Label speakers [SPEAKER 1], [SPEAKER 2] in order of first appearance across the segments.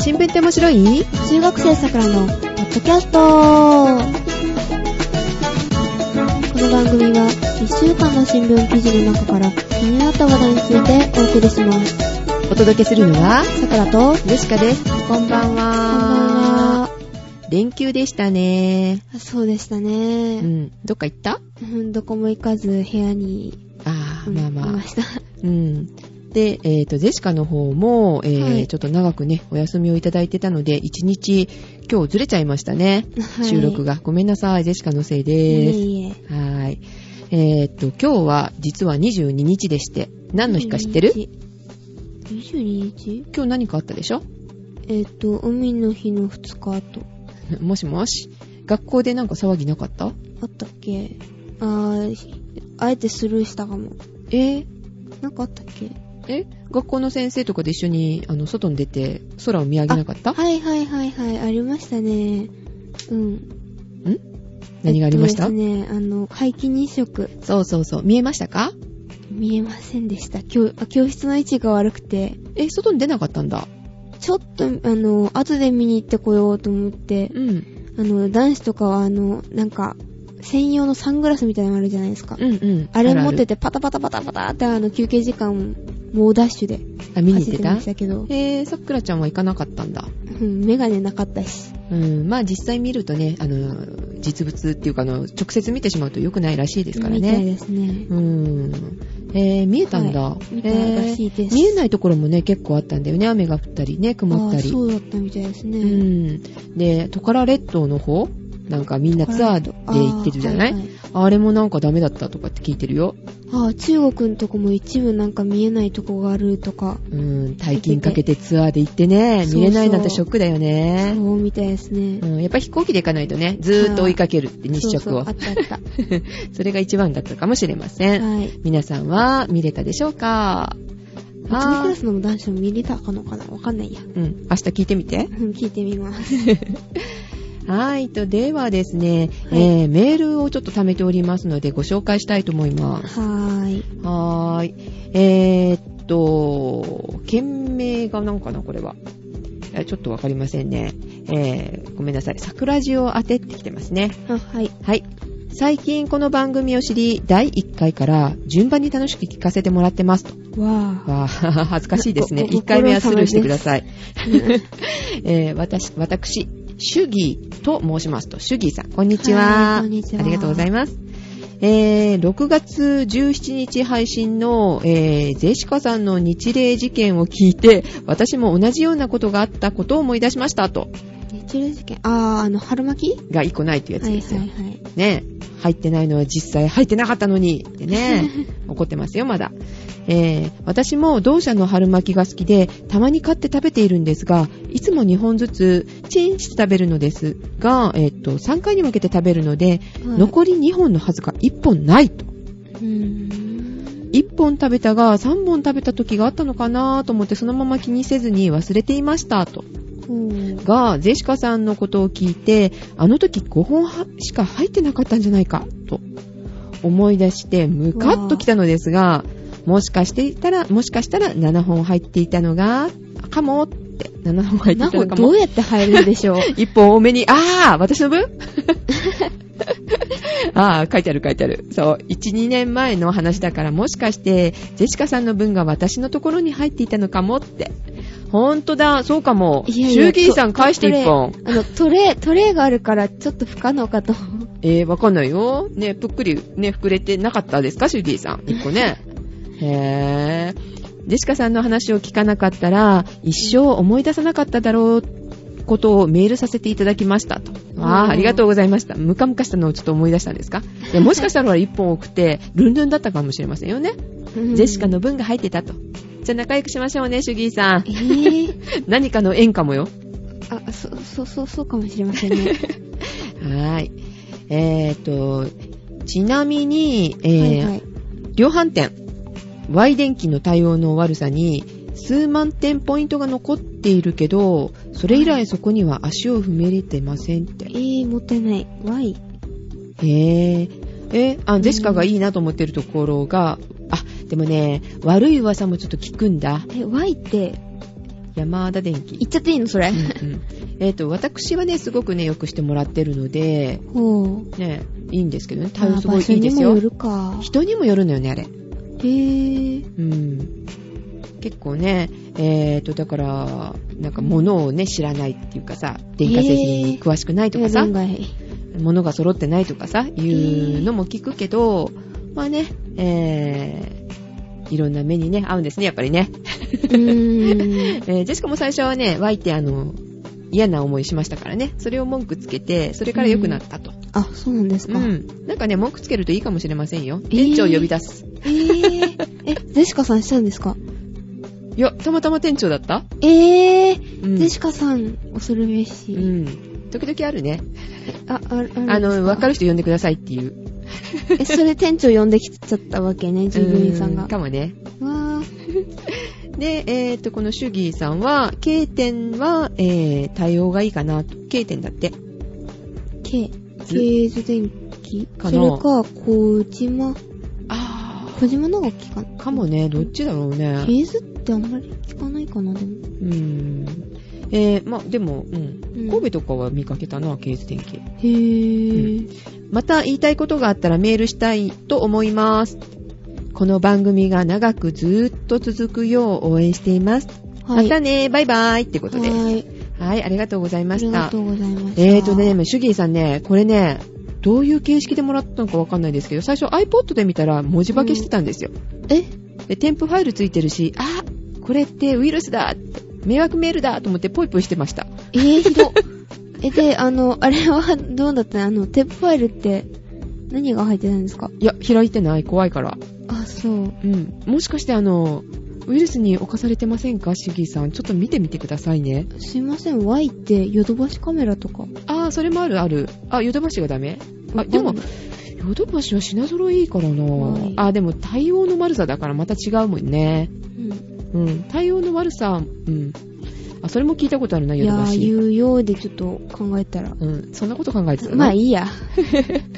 [SPEAKER 1] 新聞って面白い
[SPEAKER 2] 中学生さくらのポッドキャストこの番組は1週間の新聞記事の中から気になった話題についてお送りします
[SPEAKER 1] お届けするのは、
[SPEAKER 2] さくらとこん
[SPEAKER 1] ヨシカです。こんばん
[SPEAKER 2] ばん
[SPEAKER 1] は。
[SPEAKER 2] は
[SPEAKER 1] 連休でしたね。
[SPEAKER 2] あそうでした
[SPEAKER 1] う
[SPEAKER 2] ね、
[SPEAKER 1] ん。どっか行った
[SPEAKER 2] うん、どこも行かず部屋に、
[SPEAKER 1] ああ、
[SPEAKER 2] うん
[SPEAKER 1] まあ
[SPEAKER 2] い
[SPEAKER 1] ま
[SPEAKER 2] ま
[SPEAKER 1] あ。
[SPEAKER 2] した
[SPEAKER 1] うん。で、えっ、と、ゼシカの方も、えー
[SPEAKER 2] はい
[SPEAKER 1] ちょっと長くね、お休みをいただいてたので、一日、今日ずれちゃいましたね。
[SPEAKER 2] はい
[SPEAKER 1] 収録が。ごめんなさい、ゼシカのせい
[SPEAKER 2] いえ
[SPEAKER 1] です。
[SPEAKER 2] いえ
[SPEAKER 1] はーい。えっ、と、今日は、実は22日でして、何の日か知ってる
[SPEAKER 2] ?22 日
[SPEAKER 1] 今日何かあったでしょ
[SPEAKER 2] えっ、と海の日の2日後
[SPEAKER 1] もしもし学校でなんか騒ぎなかった
[SPEAKER 2] あったっけあーひあえてスルーしたかも
[SPEAKER 1] えー
[SPEAKER 2] なんかあったっけ
[SPEAKER 1] え学校の先生とかで一緒にあの外に出て空を見上げなかった、
[SPEAKER 2] はいはいはいはい、ありましたね。うん。
[SPEAKER 1] 何がありました、
[SPEAKER 2] えっとですね、あの、皆既日食、
[SPEAKER 1] そうそうそう見えましたか
[SPEAKER 2] 見えませんでした。教あ教室の位置が悪くて、
[SPEAKER 1] え外に出なかったんだ
[SPEAKER 2] ちょっと、あの、後で見に行ってこようと思って、
[SPEAKER 1] うん
[SPEAKER 2] あの、男子とかは、あの、なんか、専用のサングラスみたいなのあるじゃないですか。
[SPEAKER 1] うんうん
[SPEAKER 2] あれ持って
[SPEAKER 1] て
[SPEAKER 2] て、パタパタパタパタって、あの、休憩時間、猛ダッシュで
[SPEAKER 1] あ見に
[SPEAKER 2] 走
[SPEAKER 1] 行っ
[SPEAKER 2] っ
[SPEAKER 1] てて
[SPEAKER 2] ま
[SPEAKER 1] た
[SPEAKER 2] したけど、
[SPEAKER 1] えー、さくらちゃんは行かなかったんだ
[SPEAKER 2] うん、メガネなかったし。
[SPEAKER 1] うんまあ実際見るとねあの実物っていうかあの直接見てしまうと良くないらしいですから
[SPEAKER 2] みたい
[SPEAKER 1] ね
[SPEAKER 2] ですね。
[SPEAKER 1] うんえー、見えたんだ、
[SPEAKER 2] 見たらしい
[SPEAKER 1] え
[SPEAKER 2] で
[SPEAKER 1] ー
[SPEAKER 2] す。
[SPEAKER 1] 見えないところもね結構あったんだよね雨が降ったりね曇った
[SPEAKER 2] あー
[SPEAKER 1] り
[SPEAKER 2] そうだったみたいですね。
[SPEAKER 1] うん。で、トカラ列島の方なんかみんなツアーで行ってるじゃないあ,、
[SPEAKER 2] あー,はいはい、
[SPEAKER 1] れもなんかダメだったとかって聞いてるよ。
[SPEAKER 2] あー中国のとこも一部なんか見えないとこがあるとか、
[SPEAKER 1] うん、大金かけてツアーで行ってね、見れないなんてショックだよね。
[SPEAKER 2] そうみたいですね。
[SPEAKER 1] うん、やっぱ飛行機で行かないとね、ずーっと追いかけるって日食を。
[SPEAKER 2] そうそうあ
[SPEAKER 1] そ
[SPEAKER 2] ったあっ た。
[SPEAKER 1] れが一番だったかもしれません。
[SPEAKER 2] はい。うち
[SPEAKER 1] 皆さんは見れたでしょうか
[SPEAKER 2] のク
[SPEAKER 1] は
[SPEAKER 2] ラ
[SPEAKER 1] い
[SPEAKER 2] スの男子も見れたかのかなわかんないや。う
[SPEAKER 1] うん、明日聞いてみて。
[SPEAKER 2] ん聞いてみ ます。
[SPEAKER 1] はい、と、ではですね、
[SPEAKER 2] はい
[SPEAKER 1] えー、メールをちょっと貯めておりますのでご紹介したいと思います。
[SPEAKER 2] はーい。
[SPEAKER 1] はーい。えーっと、件名がなんかな、これは。えちょっとわかりませんね。えー、ごめんなさい。桜地を当てってきてますね。
[SPEAKER 2] あはい。
[SPEAKER 1] はい。最近この番組を知り、第1回から順番に楽しく聞かせてもらってますと。
[SPEAKER 2] わ
[SPEAKER 1] わあ、 恥ずかしいですね。
[SPEAKER 2] ごご
[SPEAKER 1] 1回目はスルーしてください。
[SPEAKER 2] ー。
[SPEAKER 1] えー、私、私、シュギーと申しますと、シュギーさん、こんにち
[SPEAKER 2] は
[SPEAKER 1] は。
[SPEAKER 2] いこんにちは
[SPEAKER 1] ありがとうございます。えー、6月17日配信の、えー、ゼシカさんの日霊事件を聞いて、私も同じようなことがあったことを思い出しましたと、
[SPEAKER 2] 日露事件。あー、あの、春巻き
[SPEAKER 1] が1個ないというやつ
[SPEAKER 2] はい
[SPEAKER 1] です
[SPEAKER 2] はい
[SPEAKER 1] よ。
[SPEAKER 2] はい。
[SPEAKER 1] ね、入ってないのは実際入ってなかったのに、ってね、 怒ってますよ、まだ。えー、私も同社の春巻きが好きで、たまに買って食べているんですが、いつも2本ずつ、チンして食べるのですが、えっと、3回に分けて食べるので、
[SPEAKER 2] はい
[SPEAKER 1] 残り2本のはずが1本ないと。
[SPEAKER 2] うーん。
[SPEAKER 1] 1本食べたが、3本食べた時があったのかなと思って、そのまま気にせずに忘れていました、と。
[SPEAKER 2] ほう
[SPEAKER 1] が、ゼシカさんのことを聞いて、あの時5本はしか入ってなかったんじゃないか、と思い出して、ムカッときたのですが、もしかしていたら、もしかしたら7本入っていたのが、かもって、7本入ってい
[SPEAKER 2] な
[SPEAKER 1] た
[SPEAKER 2] ほ
[SPEAKER 1] のか
[SPEAKER 2] ど
[SPEAKER 1] も
[SPEAKER 2] う。やって入るんで しょう
[SPEAKER 1] 1本多めに、あー私の分 あー書いてある書いてある。そう、1、2年前の話だから、もしかして、ゼシカさんの分が私のところに入っていたのかもって。ほんとだ、そうかも。
[SPEAKER 2] いやいや
[SPEAKER 1] シューギーさん返して1本。
[SPEAKER 2] あの、トレー、トレーがあるから、ちょっと不可能かと。
[SPEAKER 1] えー、わかんないよ。ね、ぷっくり、ね、膨れてなかったですか、シュディさん。一個ね。へぇー。ジェシカさんの話を聞かなかったら、一生思い出さなかっただろう、ことをメールさせていただきましたと。わ
[SPEAKER 2] うん
[SPEAKER 1] あ、ありがとうございました。ムカムカしたのをちょっと思い出したんですかいや、もしかしたら一本送って、ルンルンだったかもしれませんよね。ジェシカの分が入ってたと。じゃあ仲良くしましょうね、シュギーさん
[SPEAKER 2] え。ー、
[SPEAKER 1] 何かの縁かもよ。
[SPEAKER 2] あ、そ、そ、そう、そうかもしれませんね。
[SPEAKER 1] はい。えーと、ちなみに、えー
[SPEAKER 2] はいはい。
[SPEAKER 1] 量販店 Y 電機の対応の悪さに数万点ポイントが残っているけどそれ以来そこには足を踏み入れてませんって
[SPEAKER 2] えー、もったいない。Y。
[SPEAKER 1] へええあジェシカがいいなと思ってるところがあでもね悪い噂もちょっと聞くんだ
[SPEAKER 2] え、Y って、
[SPEAKER 1] 山田電機
[SPEAKER 2] 言っちゃっていいのそれ。
[SPEAKER 1] うんうんえっ、と、私はね、すごくね、よくしてもらってるので、
[SPEAKER 2] ほう。
[SPEAKER 1] ね、いいんですけどね、対応す
[SPEAKER 2] あ
[SPEAKER 1] ご
[SPEAKER 2] 場
[SPEAKER 1] い
[SPEAKER 2] 所
[SPEAKER 1] いいで
[SPEAKER 2] に
[SPEAKER 1] す
[SPEAKER 2] も
[SPEAKER 1] よ
[SPEAKER 2] よ。るか。
[SPEAKER 1] 人にもよるのよね、あれ。
[SPEAKER 2] へぇ
[SPEAKER 1] うん。結構ね、えっ、と、だから、なんか物をね、知らないっていうかさ、電化製品に詳しくないとかさ、
[SPEAKER 2] 外。
[SPEAKER 1] 物が揃ってないとかさ、いうのも聞くけど、まあね、えー、いろんな目にね、合うんですね、やっぱりね。
[SPEAKER 2] うーん。
[SPEAKER 1] えージェシカも最初はね、湧いてあの、嫌な思いしましたからね。それを文句つけて、それから良くなったと。
[SPEAKER 2] あ、そうなんです
[SPEAKER 1] う
[SPEAKER 2] か。
[SPEAKER 1] ん。
[SPEAKER 2] え
[SPEAKER 1] なんかね、文句つけるといいかもしれませんよ。
[SPEAKER 2] ー
[SPEAKER 1] 店長を呼び出す。
[SPEAKER 2] ぇえ、ゼシカさんしたんですか
[SPEAKER 1] いや、たまたま店長だった
[SPEAKER 2] えぇ
[SPEAKER 1] うん
[SPEAKER 2] ゼシカさん、恐るべ
[SPEAKER 1] う
[SPEAKER 2] し。
[SPEAKER 1] ん。時々あるね。
[SPEAKER 2] あ、ある
[SPEAKER 1] あの、わかる
[SPEAKER 2] るんで
[SPEAKER 1] 人呼んでくださいっていう。
[SPEAKER 2] す。え、それ店長呼んできちゃったわけね、従業員さんが。
[SPEAKER 1] う
[SPEAKER 2] わ
[SPEAKER 1] かもね。
[SPEAKER 2] ー。
[SPEAKER 1] で、えっ、と、このシュギーさんは、K 点は、えー、対応がいいかなと。K 点だって。
[SPEAKER 2] け、ケーズ電気
[SPEAKER 1] か
[SPEAKER 2] そ
[SPEAKER 1] な
[SPEAKER 2] れか、小島。
[SPEAKER 1] あ
[SPEAKER 2] 小島長木か
[SPEAKER 1] かもね、どっちだろう
[SPEAKER 2] ケ
[SPEAKER 1] ね。
[SPEAKER 2] ーズってあんまり聞かないかな、で
[SPEAKER 1] う
[SPEAKER 2] も。
[SPEAKER 1] ん。えー、まあ、でも、うん。
[SPEAKER 2] うん
[SPEAKER 1] 神戸とかは見かけたな、ケース電気。
[SPEAKER 2] へぇー。
[SPEAKER 1] また言いたいことがあったらメールしたいと思います。この番組が長くずーっと続くよう応援しています。
[SPEAKER 2] はい。
[SPEAKER 1] またね、バイバイってことで。はい
[SPEAKER 2] はい。
[SPEAKER 1] ありがとうござい
[SPEAKER 2] あ
[SPEAKER 1] ま
[SPEAKER 2] り
[SPEAKER 1] し
[SPEAKER 2] が
[SPEAKER 1] た
[SPEAKER 2] と。うございました。
[SPEAKER 1] えーとね、シュギーさんね、これね、どういう形式でもらったのかわかんないですけど、最初 iPod で見たら文字化けしてたんですよ。
[SPEAKER 2] え
[SPEAKER 1] で、添付ファイルついてるし、あ、これってウイルスだって迷惑メールだと思ってポイポイしてました。
[SPEAKER 2] えー、ひどっ。え、で、あの、あれはどうだったのあの、テープファイルって何が入ってたんですか
[SPEAKER 1] いや、開いてない、怖いから。
[SPEAKER 2] あ、そう。
[SPEAKER 1] うん。もしかしてあの、ウイルスに侵されてませんかシュギーさん。ちょっと見てみてくださいね。
[SPEAKER 2] すいません、Y ってヨドバシカメラとか。
[SPEAKER 1] あー、それもあるある。あ、ヨドバシがダメあ、でも、ヨドバシは品揃えいいからな、
[SPEAKER 2] はい
[SPEAKER 1] あ、でも対応の悪さだからまた違うもんね。
[SPEAKER 2] うん、
[SPEAKER 1] うん。対応の悪さ、うん。あ、それも聞いたことあるな、
[SPEAKER 2] い
[SPEAKER 1] ヨ
[SPEAKER 2] や
[SPEAKER 1] ドバ
[SPEAKER 2] ー、
[SPEAKER 1] シ。
[SPEAKER 2] 言うようでちょっと考えたら。
[SPEAKER 1] うん。そんなこと考えてたの
[SPEAKER 2] まあいい や。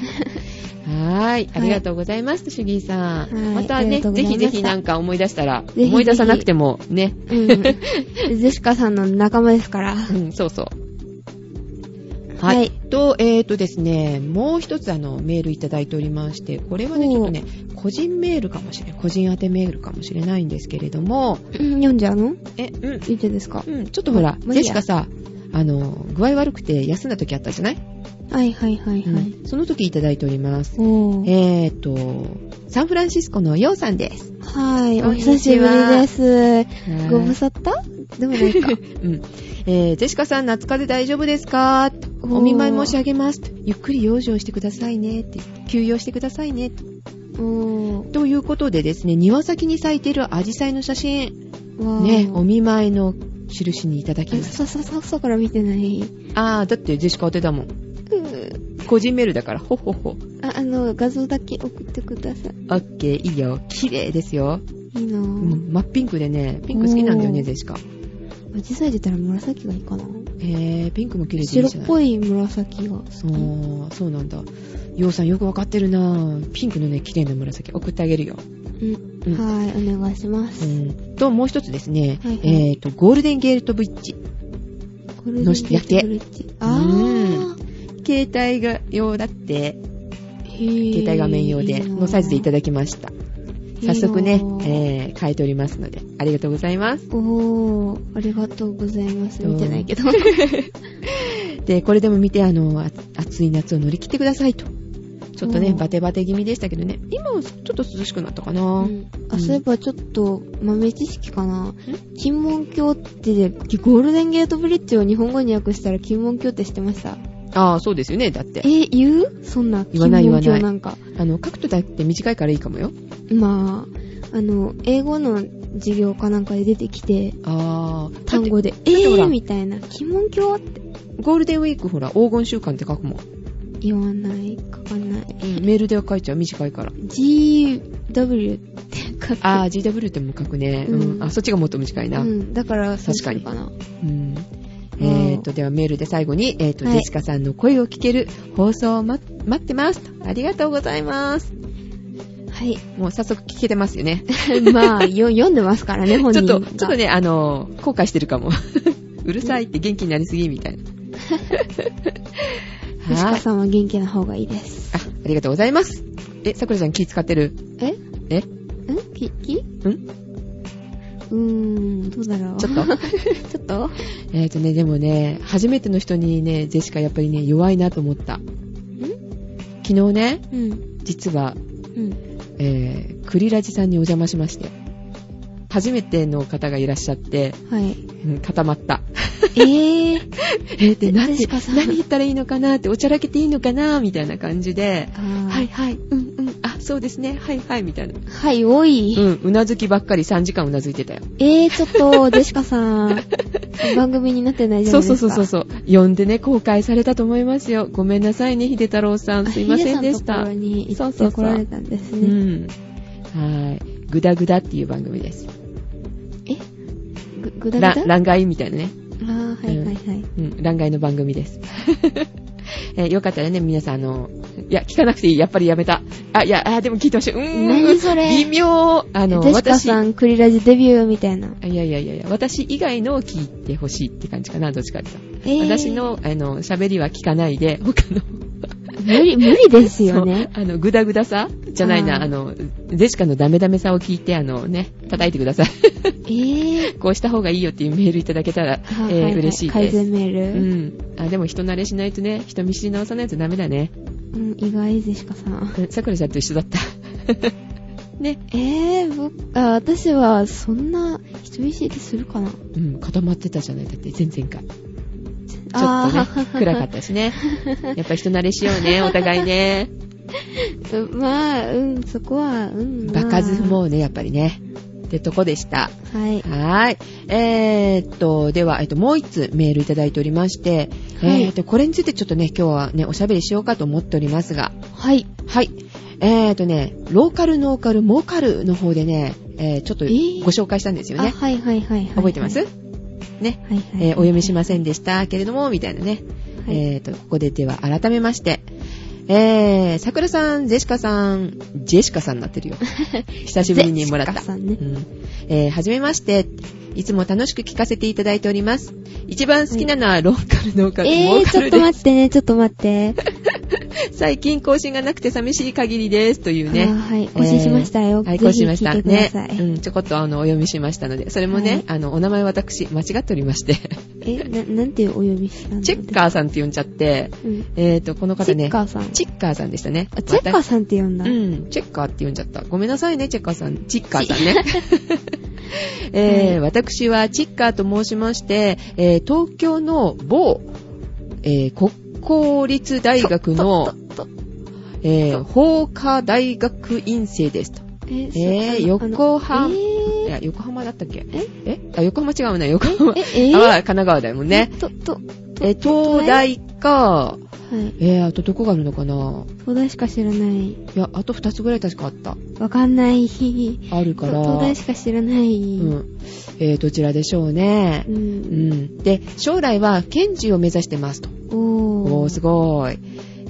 [SPEAKER 1] はーい。ありがとうございます、シュギーさ
[SPEAKER 2] は
[SPEAKER 1] ん。
[SPEAKER 2] い
[SPEAKER 1] また
[SPEAKER 2] あり
[SPEAKER 1] ね、
[SPEAKER 2] がとうご
[SPEAKER 1] ぜ
[SPEAKER 2] ざいま
[SPEAKER 1] ひ
[SPEAKER 2] した
[SPEAKER 1] ぜひなんか思い出したら、
[SPEAKER 2] ひぜひ
[SPEAKER 1] 思い出さなくても、ね。
[SPEAKER 2] うん。ゼシカさんの仲間ですから。
[SPEAKER 1] うん、そうそう。は。
[SPEAKER 2] はいい
[SPEAKER 1] と、えーとですね、もう一つあの、メールいただいておりまして、これはね、
[SPEAKER 2] おー
[SPEAKER 1] ちょっとね、個人メールかもしれん、個人宛てメールかもしれないんですけれども、
[SPEAKER 2] うん読んじゃうの
[SPEAKER 1] え、うん、
[SPEAKER 2] ゆうちゃんですか
[SPEAKER 1] うん、ちょっとほら、
[SPEAKER 2] まあ
[SPEAKER 1] ジェシカさ、あの、具合悪くて休んだ時あったじゃない、
[SPEAKER 2] はいはいはいはい。
[SPEAKER 1] うんその時いただいております。
[SPEAKER 2] おー。
[SPEAKER 1] えーと、サンフランシスコのヨウさんです。
[SPEAKER 2] はい、
[SPEAKER 1] こん
[SPEAKER 2] お
[SPEAKER 1] にちは
[SPEAKER 2] 久しぶりです。ご無沙汰でもないか。
[SPEAKER 1] うん。えー、ジェシカさん、夏風邪大丈夫ですかお見舞い申し上げます。ゆっくり養生してくださいね。って休養してくださいね。
[SPEAKER 2] おー。
[SPEAKER 1] ということでですね、庭先に咲いているアジサイの写真、
[SPEAKER 2] わー
[SPEAKER 1] ね、お見舞いの印にいただき
[SPEAKER 2] え
[SPEAKER 1] まし
[SPEAKER 2] さ、さ、さ、さから見てない。
[SPEAKER 1] た。あー、だってジェシカ当てだもん。個人メールだから、ほほほ。
[SPEAKER 2] あ、あの、画像だけ送ってください。
[SPEAKER 1] オッケー、いいよ。綺麗ですよ。
[SPEAKER 2] いいな
[SPEAKER 1] う
[SPEAKER 2] ぁ。
[SPEAKER 1] ん、真っピンクでね、ピンク好きなんだよね、
[SPEAKER 2] おー
[SPEAKER 1] ジェシカ。
[SPEAKER 2] アジサイで言ったら紫がいいかな
[SPEAKER 1] えー、ピンクも綺麗でいい
[SPEAKER 2] 白
[SPEAKER 1] じゃ
[SPEAKER 2] っ
[SPEAKER 1] ない
[SPEAKER 2] ぽい紫が好き。
[SPEAKER 1] そう、そうなんだ。ようさんよくわかってるなぁピンクのね、綺麗な紫。送ってあげるよ。
[SPEAKER 2] うん
[SPEAKER 1] うん
[SPEAKER 2] はい、お願いします。
[SPEAKER 1] うんと、もう一つですね、
[SPEAKER 2] はいはい
[SPEAKER 1] えっ、と、ゴールデンゲートブリッジ。
[SPEAKER 2] これ
[SPEAKER 1] のし焼け
[SPEAKER 2] あー。
[SPEAKER 1] 携帯が用だって、携
[SPEAKER 2] 携
[SPEAKER 1] 帯画面用で、のサイズでいた
[SPEAKER 2] だ
[SPEAKER 1] だきました。
[SPEAKER 2] き
[SPEAKER 1] 早速ね、
[SPEAKER 2] え
[SPEAKER 1] えー、変えておりますので、ありがとうございます。
[SPEAKER 2] おー、ありがとうございます。
[SPEAKER 1] うん
[SPEAKER 2] 見てないけど。
[SPEAKER 1] で、これでも見て、あの、あ暑い夏を乗り切ってくださいと。ちょっとね、
[SPEAKER 2] うん
[SPEAKER 1] バテバテ気味でしたけどね、今はちょっと涼しくなったかな。
[SPEAKER 2] うんあ、そういえばちょっと豆知識かな。
[SPEAKER 1] ん
[SPEAKER 2] 金門橋ってで、ゴールデンゲートブリッジを日本語に訳したら金門橋って知ってました
[SPEAKER 1] ああ、そうですよね、だって。
[SPEAKER 2] え、言うそんな。
[SPEAKER 1] 言わない
[SPEAKER 2] 金門
[SPEAKER 1] 言わ
[SPEAKER 2] 橋
[SPEAKER 1] ない
[SPEAKER 2] なんか。
[SPEAKER 1] あの、書くとだって短いからいいかもよ。
[SPEAKER 2] まあ、あの、英語の授業かなんかで出てきて、
[SPEAKER 1] ああ、
[SPEAKER 2] 単語で、え
[SPEAKER 1] ってほら
[SPEAKER 2] ーみたいな、鬼門教って
[SPEAKER 1] ゴールデンウィークほら、黄金週間って書くもん。
[SPEAKER 2] 言わない、書かない。
[SPEAKER 1] メールでは書いちゃう、短いから。
[SPEAKER 2] GW って書く。
[SPEAKER 1] ああ、GW っても書くね。うん。
[SPEAKER 2] うん
[SPEAKER 1] あ、そっちがもっと短いな。う
[SPEAKER 2] う
[SPEAKER 1] ん。
[SPEAKER 2] ん、だから、
[SPEAKER 1] 確かに
[SPEAKER 2] そうするな。
[SPEAKER 1] えっ、と、ではメールで最後に、えっ、と、
[SPEAKER 2] はい
[SPEAKER 1] ジェシカさんの声を聞ける放送をま待ってます。ありがとうございます。
[SPEAKER 2] はい。
[SPEAKER 1] もう早速聞けてますよね。
[SPEAKER 2] まあ、よ、読んでますからね、本
[SPEAKER 1] ちょ
[SPEAKER 2] 人
[SPEAKER 1] っ
[SPEAKER 2] が。
[SPEAKER 1] と、ちょっとね、あのー後悔してるかも。 うるさいって元気になりすぎみた いな。は
[SPEAKER 2] 吉川
[SPEAKER 1] い。
[SPEAKER 2] さんは元気な方がいいです。
[SPEAKER 1] あ、ありがとうございます。え、さくらちゃん気使ってる
[SPEAKER 2] え
[SPEAKER 1] え
[SPEAKER 2] んき、き
[SPEAKER 1] うん
[SPEAKER 2] うーん、どうだろう。
[SPEAKER 1] ち ょっと
[SPEAKER 2] ちょっと
[SPEAKER 1] えっ、とね、でもね、初めての人にね、ジェシカやっぱりね、弱いなと思った。昨日ね、
[SPEAKER 2] うん。
[SPEAKER 1] 実は、
[SPEAKER 2] うん。
[SPEAKER 1] えー、クリラジさんにお邪魔しまして、初めての方がいらっしゃって、
[SPEAKER 2] はい。
[SPEAKER 1] うん固まった。
[SPEAKER 2] ええー。
[SPEAKER 1] えー、って、なん
[SPEAKER 2] ジ
[SPEAKER 1] て
[SPEAKER 2] ェシカさん
[SPEAKER 1] 何言ったらいいのかなって、おちゃらけていいのかなみたいな感じで、
[SPEAKER 2] あー
[SPEAKER 1] はい。はい、うんうん、あ、そうですね、はいはい、みたいな。
[SPEAKER 2] はい、おい。
[SPEAKER 1] うん、うなずきばっかり3時間うなずいてたよ。
[SPEAKER 2] ええー、ちょっと、ジェシカ さん、番組になってないじゃ
[SPEAKER 1] そ
[SPEAKER 2] ないうです
[SPEAKER 1] そ
[SPEAKER 2] か。
[SPEAKER 1] うそうそうそう。呼んでね、後悔されたと思いますよ。ごめんなさいね、秀太郎さん。
[SPEAKER 2] あ
[SPEAKER 1] すいませんでし
[SPEAKER 2] ヒデさ
[SPEAKER 1] た。
[SPEAKER 2] んのところに行
[SPEAKER 1] そう
[SPEAKER 2] っ
[SPEAKER 1] そう
[SPEAKER 2] て
[SPEAKER 1] そ
[SPEAKER 2] 来
[SPEAKER 1] う
[SPEAKER 2] られたんです
[SPEAKER 1] う
[SPEAKER 2] ね。
[SPEAKER 1] ん。はい。グダグダっていう番組です。
[SPEAKER 2] ぐ、ぐだぐ
[SPEAKER 1] ら
[SPEAKER 2] だあ
[SPEAKER 1] 乱外みたいなね。
[SPEAKER 2] ーはいはいはい。
[SPEAKER 1] うん、乱外の番組です。 えーよかったらね、皆さん、あの、いや、聞かなくていい。やっぱりやめた。あ、いや、あー、でも聞いてほしい。うーん
[SPEAKER 2] 何。それ
[SPEAKER 1] 微妙。あの、
[SPEAKER 2] ジェシカ
[SPEAKER 1] 私、
[SPEAKER 2] さん、クリラジデビューみたいな。
[SPEAKER 1] いやいやいやいや、私以外のを聞いてほしいって感じかな、どっちかっていうと。
[SPEAKER 2] えー
[SPEAKER 1] 私、の、あの、喋りは聞かないで、他の、
[SPEAKER 2] 無理、無理です よね。
[SPEAKER 1] そうあの、ぐだぐださじゃないな、
[SPEAKER 2] うん
[SPEAKER 1] あの、ゼシカのダメダメさを聞いて、あのね、叩いてください。
[SPEAKER 2] ええ
[SPEAKER 1] こうした方がいいよっていうメールいただけたら、え
[SPEAKER 2] ー。
[SPEAKER 1] ー嬉しいで
[SPEAKER 2] 改
[SPEAKER 1] す。
[SPEAKER 2] 善メー
[SPEAKER 1] う
[SPEAKER 2] ル。
[SPEAKER 1] ん。あ、でも人慣れしないとね、人見知り直さないとダメだね。
[SPEAKER 2] うん、意外、ジェシカさん。
[SPEAKER 1] うんさくらちゃんと一緒だ った。ね。
[SPEAKER 2] ええー、僕、あ、私は、そんな、人見知りするかな
[SPEAKER 1] うん、固まってたじゃない。だって前々回。ちょ
[SPEAKER 2] あ
[SPEAKER 1] っとね
[SPEAKER 2] ー、
[SPEAKER 1] 暗 かったしね。やっぱ人慣れしようね、お互いね。
[SPEAKER 2] うんまあ、うん、そこは、うん。
[SPEAKER 1] バカず
[SPEAKER 2] も
[SPEAKER 1] もうね、やっぱりね。ってとこでした。
[SPEAKER 2] はい。
[SPEAKER 1] はーい。えー、っと、では、えっと、もう一つメールいただいておりまして、
[SPEAKER 2] はい
[SPEAKER 1] えーっと、これについてちょっとね、今日はね、おしゃべりしようかと思っておりますが、
[SPEAKER 2] はい。
[SPEAKER 1] はい。えー、っとね、ローカル、ノーカル、モーカルの方でね、えーちょっと
[SPEAKER 2] えー
[SPEAKER 1] ご紹介したんですよ
[SPEAKER 2] あ、
[SPEAKER 1] ね。
[SPEAKER 2] はいはいはいはい。
[SPEAKER 1] 覚えてます、
[SPEAKER 2] はい
[SPEAKER 1] ね。
[SPEAKER 2] はい。
[SPEAKER 1] えーお読みしませんでしたけれども、みたいなね。
[SPEAKER 2] はい
[SPEAKER 1] えー、っと、ここででは改めまして、えー、桜さん、ジェシカさん、ジェシカさんになって るよ。久しぶりにもらっ
[SPEAKER 2] ジェ
[SPEAKER 1] た
[SPEAKER 2] シカ。さんね
[SPEAKER 1] う。んえーはじめまして。いつも楽しく聞かせていただいております。一番好きなのはローカルのカル、
[SPEAKER 2] え
[SPEAKER 1] モ
[SPEAKER 2] ー、
[SPEAKER 1] ーカ
[SPEAKER 2] ちょっ
[SPEAKER 1] ル
[SPEAKER 2] と
[SPEAKER 1] で、
[SPEAKER 2] 待ってね、ちょっと待って。
[SPEAKER 1] 最近更新がなくて寂しい限りです。という
[SPEAKER 2] あー
[SPEAKER 1] ね。
[SPEAKER 2] はい。更新しましたよ。
[SPEAKER 1] えーはい、
[SPEAKER 2] ぜ
[SPEAKER 1] 更
[SPEAKER 2] ひ
[SPEAKER 1] 新しました。
[SPEAKER 2] 聞いてください。
[SPEAKER 1] ね。うん、ちょこっとあの、お読みしましたので、それもね、
[SPEAKER 2] はい
[SPEAKER 1] あの、お名前私、間違っておりまして、
[SPEAKER 2] え、な、なんてお呼びしたの
[SPEAKER 1] チェッカーさんって呼んじゃって、
[SPEAKER 2] うん。
[SPEAKER 1] えっ、と、この
[SPEAKER 2] チ
[SPEAKER 1] 方
[SPEAKER 2] ェ
[SPEAKER 1] ね
[SPEAKER 2] ッ、カーさん。
[SPEAKER 1] チェッカーさんでしたね。
[SPEAKER 2] あチェッカーさんって呼んだ。
[SPEAKER 1] うん、チェッカーって言うんじゃった。ごめんなさいね、チェッカーさん。チッカーさんね。 えー
[SPEAKER 2] はい
[SPEAKER 1] 私はチッカーと申しまして、えー東京の某、えー国公立大学の、
[SPEAKER 2] と。と
[SPEAKER 1] えー法科大学院生ですと。
[SPEAKER 2] えーそう
[SPEAKER 1] えー、
[SPEAKER 2] あの
[SPEAKER 1] 横浜、い
[SPEAKER 2] え
[SPEAKER 1] や、横浜だったっけ
[SPEAKER 2] え
[SPEAKER 1] えあ、横浜違うね、横浜。
[SPEAKER 2] ー、え、え
[SPEAKER 1] あ
[SPEAKER 2] ー、
[SPEAKER 1] 神奈川だもんね。
[SPEAKER 2] と、と、は
[SPEAKER 1] えー東大か、
[SPEAKER 2] い。
[SPEAKER 1] えー、あとどこがあるのかな
[SPEAKER 2] 東大しか知らない。
[SPEAKER 1] いや、あと2つぐらい確かあった。
[SPEAKER 2] わかんない。東
[SPEAKER 1] あるから。
[SPEAKER 2] 大しか知らない。
[SPEAKER 1] うん。えー、どちらでしょうね
[SPEAKER 2] う。。
[SPEAKER 1] うんん。で、将来は検事を目指してますと。お
[SPEAKER 2] お
[SPEAKER 1] ー、
[SPEAKER 2] ー。
[SPEAKER 1] すごい。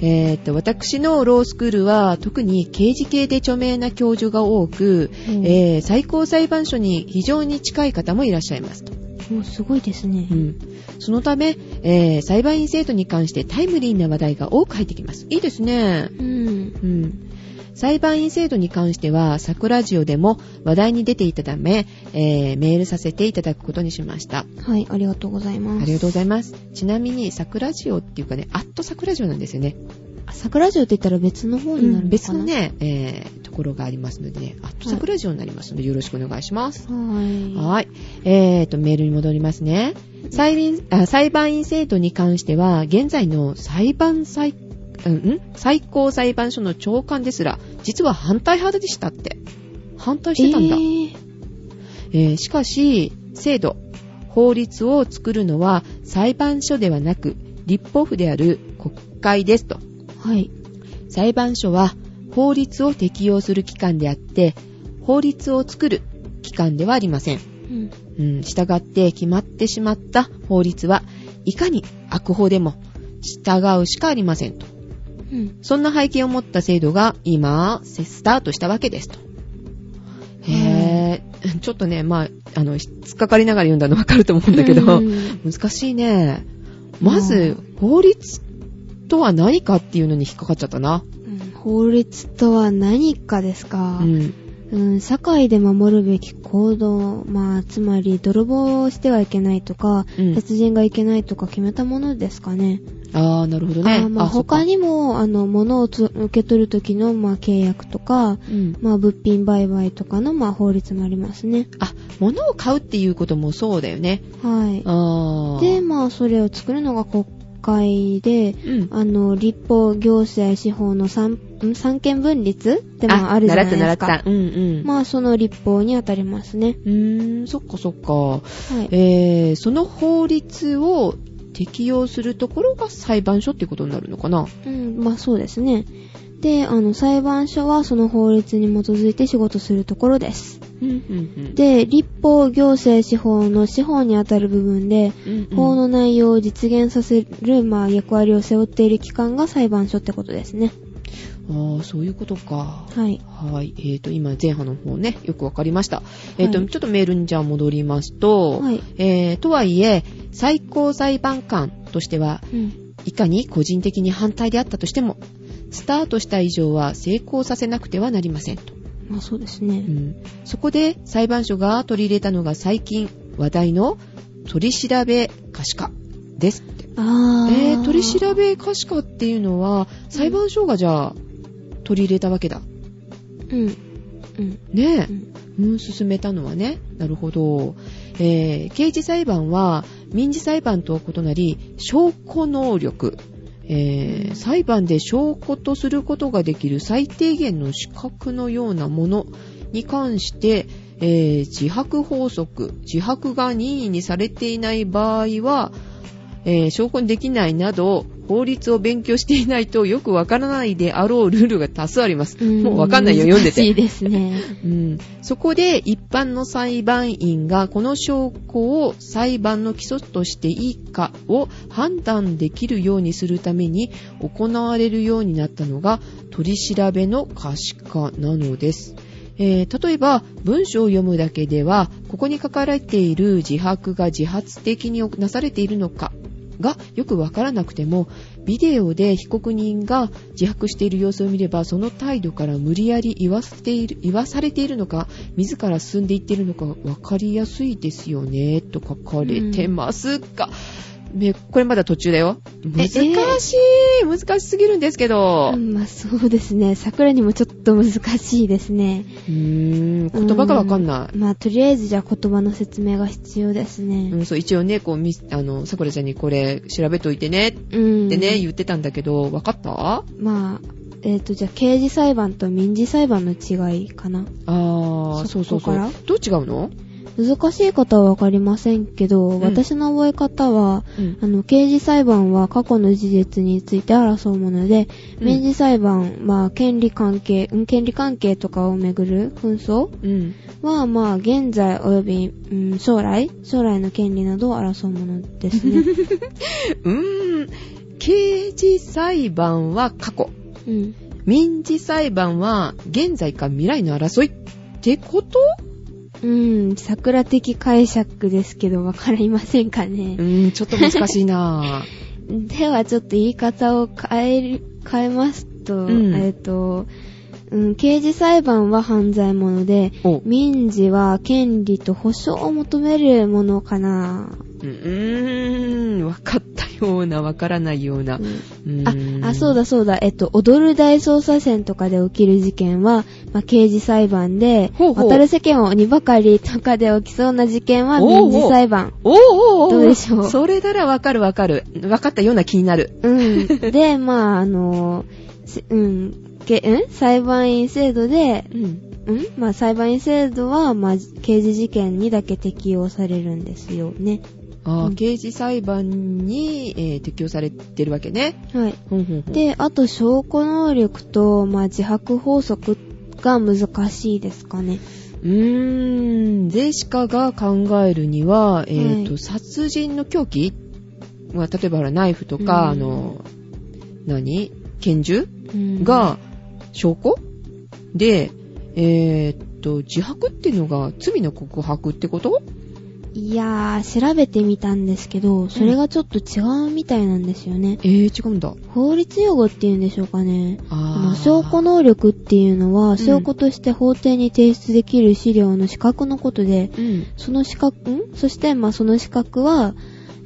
[SPEAKER 1] えーっと、私のロースクールは特に刑事系で著名な教授が多く、
[SPEAKER 2] うん
[SPEAKER 1] えー最高裁判所に非常に近い方もいらっしゃいますと。
[SPEAKER 2] もうすごいですね。
[SPEAKER 1] うん。そのため、えー裁判員制度に関してタイムリーな話題が多く入ってきます。いいですね。
[SPEAKER 2] うん。
[SPEAKER 1] うん。裁判員制度に関しては、桜ジオでも話題に出ていたため、えーメールさせていただくことにしました。
[SPEAKER 2] はい、ありがとうございます。
[SPEAKER 1] ありがとうございます。ちなみに、桜ジオっていうかね、アット桜ジオなんですよね。
[SPEAKER 2] あ桜城って言ったら別の方になるのかな、
[SPEAKER 1] 別の。ね、えーところがありますのでね、アット桜ジオになりますので、よろしくお願いします。
[SPEAKER 2] は
[SPEAKER 1] はい。えーと、メールに戻りますね。裁判あ裁判員制度に関しては、現在の裁判裁、うんん最高裁判所の長官ですら、実は反対派でしたって。反対
[SPEAKER 2] い。
[SPEAKER 1] してたんだ。
[SPEAKER 2] えー
[SPEAKER 1] えーしかし、制度、法律を作るのは裁判所ではなく、立法府である国会ですと。
[SPEAKER 2] はい。
[SPEAKER 1] 裁判所は法律を適用する機関であって、法律を作る機関ではありません。
[SPEAKER 2] うん。
[SPEAKER 1] うん、従って決まってしまった法律はいかに悪法でも従うしかありませんと。
[SPEAKER 2] うん。
[SPEAKER 1] そんな背景を持った制度が今、せスタートしたわけですと。へぇ、ちょっとね、まあ、あの、ひ突っかかりながら読んだのわかると思うんだけど、
[SPEAKER 2] うん
[SPEAKER 1] 難しいね。まず、法律とは何かっていうのに引っかかっちゃったな。
[SPEAKER 2] うん法律とは何かですか、
[SPEAKER 1] う
[SPEAKER 2] うん
[SPEAKER 1] ん。
[SPEAKER 2] 社会で守るべき行動、まあ、つまり泥棒をしてはいけないとか、
[SPEAKER 1] うん
[SPEAKER 2] 殺人がいけないとか決めたものですかね。
[SPEAKER 1] あー、なるほど
[SPEAKER 2] あ
[SPEAKER 1] ね。
[SPEAKER 2] ーまあ、
[SPEAKER 1] そっか
[SPEAKER 2] 他にも、あの、物をつ受け取る時の、まあ、契約とか、
[SPEAKER 1] うん。
[SPEAKER 2] まあ、物品売買とかの、まあ、法律もありますね。
[SPEAKER 1] あ、物を買うっていうこともそうだよね。
[SPEAKER 2] はい。
[SPEAKER 1] あー。
[SPEAKER 2] で、まあ、それを作るのが国会で、
[SPEAKER 1] うん。
[SPEAKER 2] あの、立法、行政、司法の三、ん三権分立ってまああるじゃないですか。
[SPEAKER 1] 習った習った。うんうん。
[SPEAKER 2] まあ、その立法にあたりますね。
[SPEAKER 1] うーん、そっかそっか。
[SPEAKER 2] はい。
[SPEAKER 1] えー、その法律を適用するところが裁判所ってことになるのかな
[SPEAKER 2] うん、まあ、そうですね。で、あの、裁判所はその法律に基づいて仕事するところです。
[SPEAKER 1] うんうん
[SPEAKER 2] で、立法、行政、司法の司法にあたる部分で、
[SPEAKER 1] うんうん
[SPEAKER 2] 法の内容を実現させる、まあ、役割を背負っている機関が裁判所ってことですね。
[SPEAKER 1] ああ、そういうことか。
[SPEAKER 2] はい。
[SPEAKER 1] はい。えーと、今、前半の方ね、よくわかりました。えーと、
[SPEAKER 2] はい
[SPEAKER 1] ちょっとメールにじゃあ戻りますと、
[SPEAKER 2] はい
[SPEAKER 1] えー、とはいえ、最高裁判官としては、
[SPEAKER 2] うん。
[SPEAKER 1] いかに個人的に反対であったとしても、スタートした以上は成功させなくてはなりませんと。
[SPEAKER 2] まあ、そうです
[SPEAKER 1] う
[SPEAKER 2] ね。
[SPEAKER 1] ん、そこで裁判所が取り入れたのが最近話題の取り調べ可視化ですって。
[SPEAKER 2] あー。
[SPEAKER 1] えー、取り調べ可視化っていうのは裁判所がじゃあ取り入れたわけだ。
[SPEAKER 2] うん。うん。
[SPEAKER 1] ね
[SPEAKER 2] う
[SPEAKER 1] え。
[SPEAKER 2] ん。
[SPEAKER 1] うん、進めたのはね。なるほど。えー、刑事裁判は民事裁判とは異なり、証拠能力。えー、裁判で証拠とすることができる最低限の資格のようなものに関して、えー、自白法則、自白が任意にされていない場合は、えー証拠にできないなど、法律を勉強していないとよくわからないであろうルールが多数あります。もうわかんないよ、読んでて
[SPEAKER 2] 難し。いですね。
[SPEAKER 1] うん、そこで一般の裁判員がこの証拠を裁判の基礎としていいかを判断できるようにするために行われるようになったのが取り調べの可視化なのです。えー例えば文章を読むだけではここに書かれている自白が自発的になされているのかがよくわからなくてもビデオで被告人が自白している様子を見ればその態度から無理やり言わせている言わされているのか自ら進んでいっているのかわかりやすいですよねと書かれてますが、ねこれまだ途中だよ
[SPEAKER 2] え
[SPEAKER 1] 難しい、難しすぎるんですけど、
[SPEAKER 2] うんまあそうですね。桜にもちょっと難しいですね。
[SPEAKER 1] うーん言葉がわかんない
[SPEAKER 2] うんまあとりあえずじゃあ言葉の説明が必要です
[SPEAKER 1] う
[SPEAKER 2] ね。
[SPEAKER 1] ん、そう、一応ね、こう、み、あの、さくらちゃんにこれ調べといてねっ
[SPEAKER 2] うん。
[SPEAKER 1] てね、言ってたんだけど、わかったあ
[SPEAKER 2] まあ、えっ、とじゃあ刑事裁判と民事裁判の違いかな。
[SPEAKER 1] あー、そ
[SPEAKER 2] そう
[SPEAKER 1] そうそ
[SPEAKER 2] こから
[SPEAKER 1] う。どう違うの
[SPEAKER 2] 難しい方はわかりませんけど、
[SPEAKER 1] ん
[SPEAKER 2] 私の覚え方は、
[SPEAKER 1] うん
[SPEAKER 2] あの、刑事裁判は過去の事実について争うもので、
[SPEAKER 1] うん
[SPEAKER 2] 民事裁判、まあ、権利関係、うん権利関係とかをめぐる紛争
[SPEAKER 1] うん。
[SPEAKER 2] は、まあ、現在及び、うん、将来、将来の権利などを争うものですね。
[SPEAKER 1] うーん。刑事裁判は過去。
[SPEAKER 2] うん。
[SPEAKER 1] 民事裁判は現在か未来の争いってこと
[SPEAKER 2] うん、桜的解釈ですけど、わかりませんかね
[SPEAKER 1] う。ーん、ちょっと難しいなぁ。
[SPEAKER 2] ではちょっと言い方を変える、変えます
[SPEAKER 1] う
[SPEAKER 2] と、
[SPEAKER 1] ん
[SPEAKER 2] えっ、と、うん、刑事裁判は犯罪者で、
[SPEAKER 1] おう
[SPEAKER 2] 民事は権利と保障を求めるものかな。
[SPEAKER 1] ーん、わかったような、わからないような。うーん
[SPEAKER 2] あ、あ、そう。だそうだ、えっと、踊る大捜査線とかで起きる事件は、まあ、刑事裁判で、
[SPEAKER 1] ほうほう
[SPEAKER 2] 渡る世間を鬼ばかりとかで起きそうな事件は
[SPEAKER 1] おうおう
[SPEAKER 2] 民事裁判。
[SPEAKER 1] おーおーおー
[SPEAKER 2] どうでしょう
[SPEAKER 1] それならわかるわかる。わかったような気になる。
[SPEAKER 2] うん。で、まあ、あの、せうん、け、ん裁判員制度で、
[SPEAKER 1] うん。
[SPEAKER 2] んまあ、裁判員制度は、まあ、刑事事件にだけ適用されるんですよね。
[SPEAKER 1] ああ、
[SPEAKER 2] うん
[SPEAKER 1] 刑事裁判に、えー適用されてるわけね。
[SPEAKER 2] はい。
[SPEAKER 1] ほんほんほん、
[SPEAKER 2] で、あと、証拠能力と、まあ、自白法則が難しいですかね。
[SPEAKER 1] うーん、税士課が考えるには、えっ、と、
[SPEAKER 2] はい
[SPEAKER 1] 殺人の凶器まあ、例えばほらナイフとか、
[SPEAKER 2] うん
[SPEAKER 1] あの、何拳銃
[SPEAKER 2] うん、
[SPEAKER 1] が証拠で、えーっと、自白っていうのが罪の告白ってこと
[SPEAKER 2] いやー、調べてみたんですけど、それがちょっと違うみたいなんですよね。
[SPEAKER 1] えー、違うんだ。
[SPEAKER 2] 法律用語っていうんでしょうかね。
[SPEAKER 1] あ
[SPEAKER 2] ま
[SPEAKER 1] ー
[SPEAKER 2] あ証拠能力っていうのは、
[SPEAKER 1] ん
[SPEAKER 2] 証拠として法廷に提出できる資料の資格のことで、
[SPEAKER 1] うん。
[SPEAKER 2] その資格、んそして、まあ、その資格は、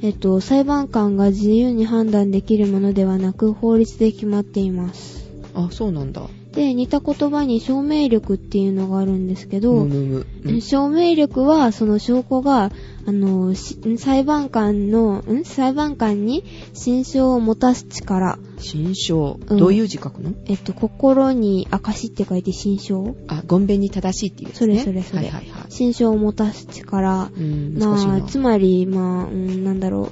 [SPEAKER 2] えっと、裁判官が自由に判断できるものではなく、法律で決まっています。
[SPEAKER 1] あ、そうなんだ。
[SPEAKER 2] で、似た言葉に証明力っていうのがあるんですけど、
[SPEAKER 1] むむむ。うん
[SPEAKER 2] 証明力は、その証拠が、あの、し裁判官の、ん裁判官に心証を持たす力。
[SPEAKER 1] 心証。
[SPEAKER 2] うん
[SPEAKER 1] どういう字書くの、
[SPEAKER 2] えっと、心に証って書いて心証
[SPEAKER 1] あ、ゴンベに正しいっていうやつね。
[SPEAKER 2] それそれそれ
[SPEAKER 1] はいはいはい。
[SPEAKER 2] 心証を持たす力。
[SPEAKER 1] うん、難しいな。
[SPEAKER 2] まあ、つまり、まあ、うん、なんだろう。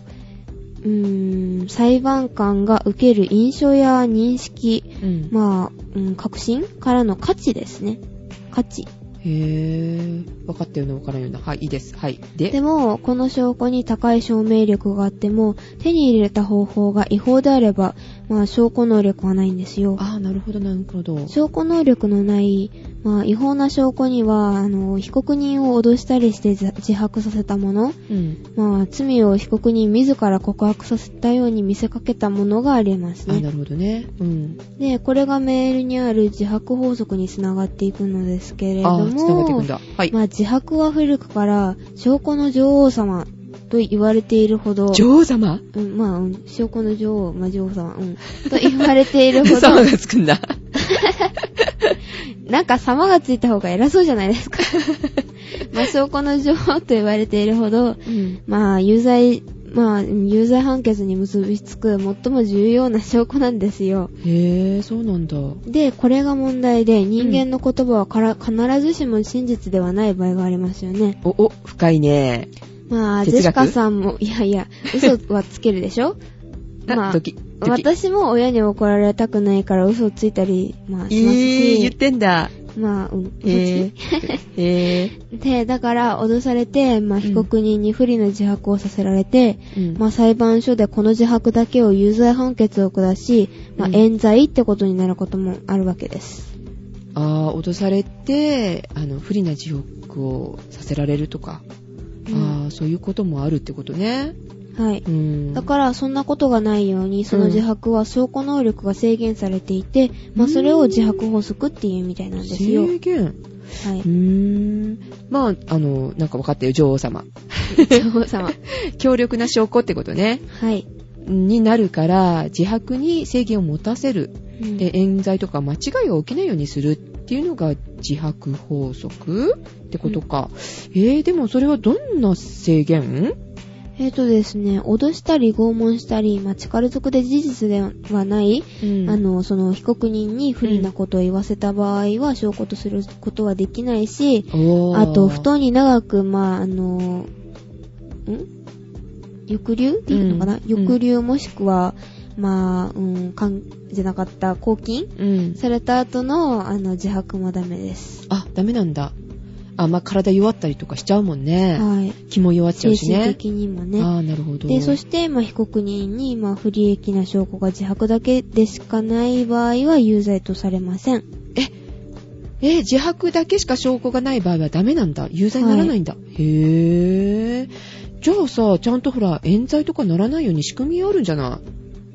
[SPEAKER 2] うーん、裁判官が受ける印象や認識、
[SPEAKER 1] うん。
[SPEAKER 2] まあ、うん、確信からの価値ですね。価値。
[SPEAKER 1] へぇ分かったような分からんような。はい、いいです。はい。で、
[SPEAKER 2] でも、この証拠に高い証明力があっても、手に入れた方法が違法であれば、まあ、証拠能力はないんですよ。
[SPEAKER 1] ああ、なるほど、なるほど。
[SPEAKER 2] 証拠能力のない、まあ、違法な証拠には、あの、被告人を脅したりして自自白させたもの、
[SPEAKER 1] うん。
[SPEAKER 2] まあ、罪を被告人自ら告白させたように見せかけたものがあります
[SPEAKER 1] あ
[SPEAKER 2] ね。
[SPEAKER 1] なるほどね。うん。
[SPEAKER 2] で、これがメールにある自白法則につながっていくのですけれど
[SPEAKER 1] ああ、繋がっていく
[SPEAKER 2] も
[SPEAKER 1] ん、だ。はい。
[SPEAKER 2] まあ、自白は古くから証拠の女王様と言われているほど、
[SPEAKER 1] 女王様
[SPEAKER 2] うん、まあ、うん、証拠の女王、まあ、女王様、うん、と言われている ほど、
[SPEAKER 1] 様がつくんだ。
[SPEAKER 2] なんか様がついた方が偉そうじゃないで すか。まあ、証拠の女王と言われているほ
[SPEAKER 1] う
[SPEAKER 2] ど、
[SPEAKER 1] ん。
[SPEAKER 2] まあ、有罪、まあ、うん有罪判決に結びつく最も重要な証拠なんですよ。
[SPEAKER 1] へぇそうなんだ。
[SPEAKER 2] で、これが問題で、人間の言葉はから、必ずしも真実ではない場合がありますよね。
[SPEAKER 1] お、お、深いね。
[SPEAKER 2] まあ、ジ
[SPEAKER 1] 哲
[SPEAKER 2] ェ
[SPEAKER 1] 学
[SPEAKER 2] シカさんも、いやいや、嘘はつけるで しょ
[SPEAKER 1] あ、
[SPEAKER 2] まあ、
[SPEAKER 1] 時、時。
[SPEAKER 2] 私も親に怒られたくないから嘘をついたり、まあ、
[SPEAKER 1] え
[SPEAKER 2] します
[SPEAKER 1] ー、
[SPEAKER 2] し、
[SPEAKER 1] 言ってんだ。
[SPEAKER 2] まあ、うん、
[SPEAKER 1] へぇ
[SPEAKER 2] う
[SPEAKER 1] へぇ
[SPEAKER 2] ち で、だから、脅されて、ま
[SPEAKER 1] う
[SPEAKER 2] あ、
[SPEAKER 1] ん
[SPEAKER 2] 被告人に不利な自白をさせられて、
[SPEAKER 1] うん
[SPEAKER 2] まあ、裁判所でこの自白だけを有罪判決を下し、まあ、
[SPEAKER 1] うん
[SPEAKER 2] 冤罪ってことになることもあるわけです。
[SPEAKER 1] ああ、脅されて、あの、不利な自白をさせられるとか、
[SPEAKER 2] うん
[SPEAKER 1] ああ、そういうこともあるってことね。
[SPEAKER 2] はい。
[SPEAKER 1] うん。
[SPEAKER 2] だから、そんなことがないように、その自白は証拠能力が制限されていて、まあ、それを自白法則っていうみたいなんですよ。
[SPEAKER 1] 制限。
[SPEAKER 2] は
[SPEAKER 1] うー
[SPEAKER 2] い。
[SPEAKER 1] ん。まあ、あの、なんか分かったよ、女王様。
[SPEAKER 2] 女王様。
[SPEAKER 1] 強力な証拠ってことね。
[SPEAKER 2] はい。
[SPEAKER 1] になるから、自白に制限を持たせる。
[SPEAKER 2] うん
[SPEAKER 1] で、冤罪とか間違いが起きないようにするっていうのが自白法則ってことか。えー、でもそれはどんな制限
[SPEAKER 2] えっ、とですね、脅したり拷問したり、まあ、力ずくで事実ではない、
[SPEAKER 1] うん
[SPEAKER 2] あ、の、その被告人に不利なことを言わせた場合は、証拠とすることはできないし、
[SPEAKER 1] おー
[SPEAKER 2] あと、布団に長く、まあ、あの、ん抑留っていうのかな、
[SPEAKER 1] うん
[SPEAKER 2] 抑留もしくは、まあ、うん、かん、じゃなかった、抗菌
[SPEAKER 1] うん。
[SPEAKER 2] された後の、あの、自白もダメです。
[SPEAKER 1] あ、ダメなんだ。あ、まあ、体弱ったりとかしちゃうもんね。
[SPEAKER 2] はい。
[SPEAKER 1] 気も弱っちゃ
[SPEAKER 2] 精
[SPEAKER 1] うし
[SPEAKER 2] 神
[SPEAKER 1] ね。
[SPEAKER 2] 的にも
[SPEAKER 1] あ
[SPEAKER 2] ね。
[SPEAKER 1] あ、なるほど。
[SPEAKER 2] で、そして、まあ、被告人に、まあ、不利益な証拠が自白だけでしかない場合は、有罪とされません。
[SPEAKER 1] えー自白だけしか証拠がない場合はダメなんだ。有罪にならないんだ。へえ。じゃあさ、ちゃんとほら、冤罪とかならないように仕組みあるんじゃな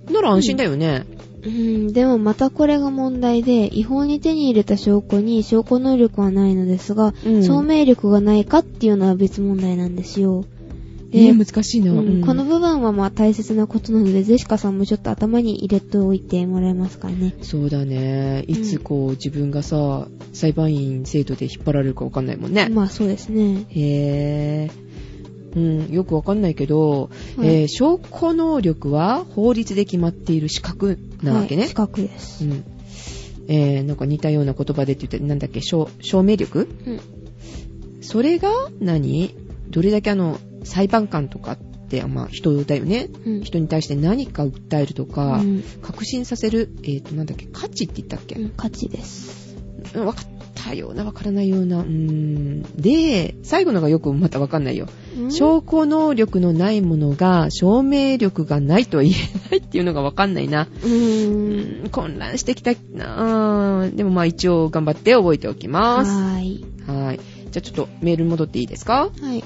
[SPEAKER 1] いなら安心だよね。
[SPEAKER 2] うん、でもまたこれが問題で、違法に手に入れた証拠に証拠能力はないのですが、
[SPEAKER 1] うん
[SPEAKER 2] 証明力がないかっていうのは別問題なんですよ。
[SPEAKER 1] ね
[SPEAKER 2] で
[SPEAKER 1] 難しいな。
[SPEAKER 2] うん
[SPEAKER 1] うん
[SPEAKER 2] この部分はまあ大切なことなので、ゼシカさんもちょっと頭に入れておいてもらえますかね。
[SPEAKER 1] そうだね。いつこう、自分がさ、裁判員制度で引っ張られるかわかんないもんね。
[SPEAKER 2] まあそうですね。
[SPEAKER 1] へえ。うん、よくわかんないけど、
[SPEAKER 2] はい
[SPEAKER 1] えー証拠能力は法律で決まっている資格なわけね。
[SPEAKER 2] はい、近くです。
[SPEAKER 1] うん。えー、なんか似たような言葉でって言って、なんだっけ、証証明力
[SPEAKER 2] うん
[SPEAKER 1] それが何どれだけあの、裁判官とかって、まあ人だよね。
[SPEAKER 2] うん
[SPEAKER 1] 人に対して何か訴えるとか、
[SPEAKER 2] うん
[SPEAKER 1] 確信させる、えっ、と、なんだっけ、価値って言ったっけ、
[SPEAKER 2] うん、価値です。
[SPEAKER 1] うん、わかった。多様なわからないような。うーん。で、最後のがよくまたわかんないよ。証拠能力のないものが証明力がないとは言えないっていうのがわかんないな。
[SPEAKER 2] うーん。
[SPEAKER 1] うーん、混乱してきたな。うーんでもまあ一応頑張って覚えておき
[SPEAKER 2] は
[SPEAKER 1] ます。
[SPEAKER 2] ーい。
[SPEAKER 1] はい。じゃあちょっとメールに戻っていいですか
[SPEAKER 2] はい。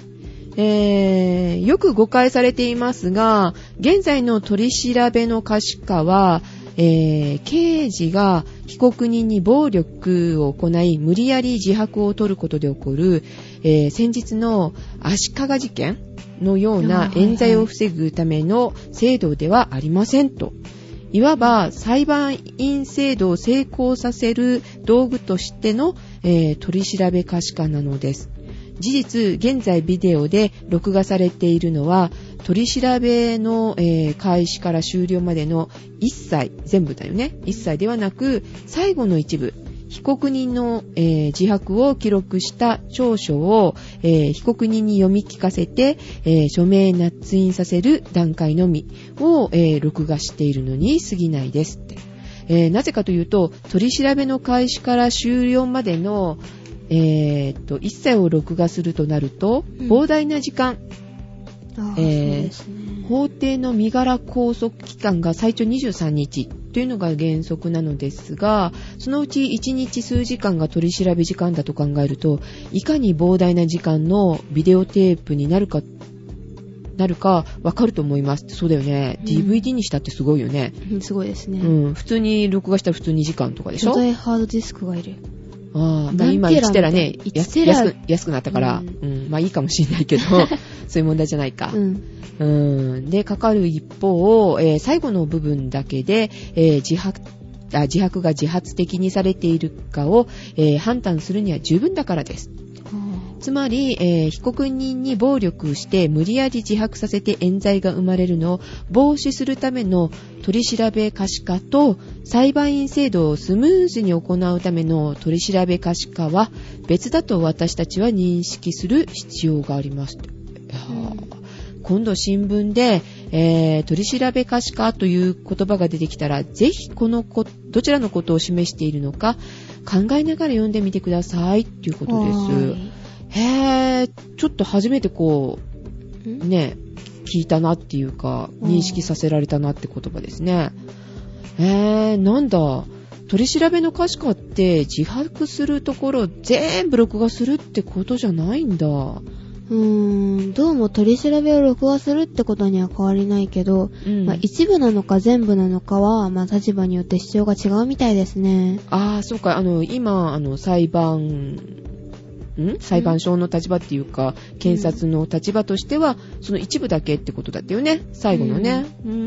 [SPEAKER 1] えー、よく誤解されていますが、現在の取り調べの可視化は、えー、刑事が被告人に暴力を行い、無理やり自白を取ることで起こる、えー、先日の足利事件のよう
[SPEAKER 2] あーはい
[SPEAKER 1] な
[SPEAKER 2] はい
[SPEAKER 1] 冤罪を防ぐための制度ではありませんと。いわば裁判員制度を成功させる道具としての、えー取り調べ可視化なのです。事実、現在ビデオで録画されているのは、取り調べの、えー開始から終了までの一切、全部だよね。一切ではなく、最後の一部、被告人の、えー自白を記録した調書を、えー被告人に読み聞かせて、えー署名捺印させる段階のみを、えー録画しているのに過ぎないですって。えーなぜかというと、取り調べの開始から終了までの、えーっと、一切を録画するとなると、
[SPEAKER 2] うん
[SPEAKER 1] 膨大な時間、
[SPEAKER 2] あーそう
[SPEAKER 1] えー
[SPEAKER 2] ですね。
[SPEAKER 1] 法定の身柄拘束期間が最長23日というのが原則なのですが、そのうち1日数時間が取り調べ時間だと考えると、いかに膨大な時間のビデオテープになるか、なるかわかると思います。そうだよね。
[SPEAKER 2] うん
[SPEAKER 1] DVD にしたってすごいよね。
[SPEAKER 2] うんすごいですね。
[SPEAKER 1] うん。普通に録画したら普通2時間とかでし
[SPEAKER 2] 巨
[SPEAKER 1] ょ
[SPEAKER 2] 大ハードディスクがいる。
[SPEAKER 1] ああ、だから
[SPEAKER 2] 何
[SPEAKER 1] 今
[SPEAKER 2] テラ
[SPEAKER 1] 1テラね、
[SPEAKER 2] みたいな
[SPEAKER 1] 安
[SPEAKER 2] 1テラ
[SPEAKER 1] 安く安くなったから、
[SPEAKER 2] う
[SPEAKER 1] うんん、まあいいかもしれないけ ど、そういう問題じゃないか。
[SPEAKER 2] うん。
[SPEAKER 1] うん。で、かかる一方、えー最後の部分だけで、えー自白、あ自白が自発的にされているかを、えー判断するには十分だからです。つまり、えー被告人に暴力して無理やり自白させて冤罪が生まれるのを防止するための取り調べ可視化と裁判員制度をスムーズに行うための取り調べ可視化は別だと私たちは認識する必要があります。いやー今度新聞で、えー取り調べ可視化という言葉が出てきたら、ぜひこのこ、どちらのことを示しているのか、考えながら読んでみてください、ということです。へー、ちょっと初めてこ
[SPEAKER 2] う
[SPEAKER 1] う、
[SPEAKER 2] ん
[SPEAKER 1] ね、聞いたなっていうか、
[SPEAKER 2] うん
[SPEAKER 1] 認識させられたなって言葉ですね。へー、なんだ。取り調べの可視化って自白するところ全部録画するってことじゃないんだ。う
[SPEAKER 2] うーん、どうも取り調べを録画するってことには変わりないけど、
[SPEAKER 1] ん。
[SPEAKER 2] まあ、一部なのか全部なのかは、まあ、立場によって主張が違うみたいですね。
[SPEAKER 1] ああ、そうか。あの、今、あの、裁判、ん裁判所の立場っていうか、検察の立場としては、その一部だけってことだったよね。最後のね。うん、うん、う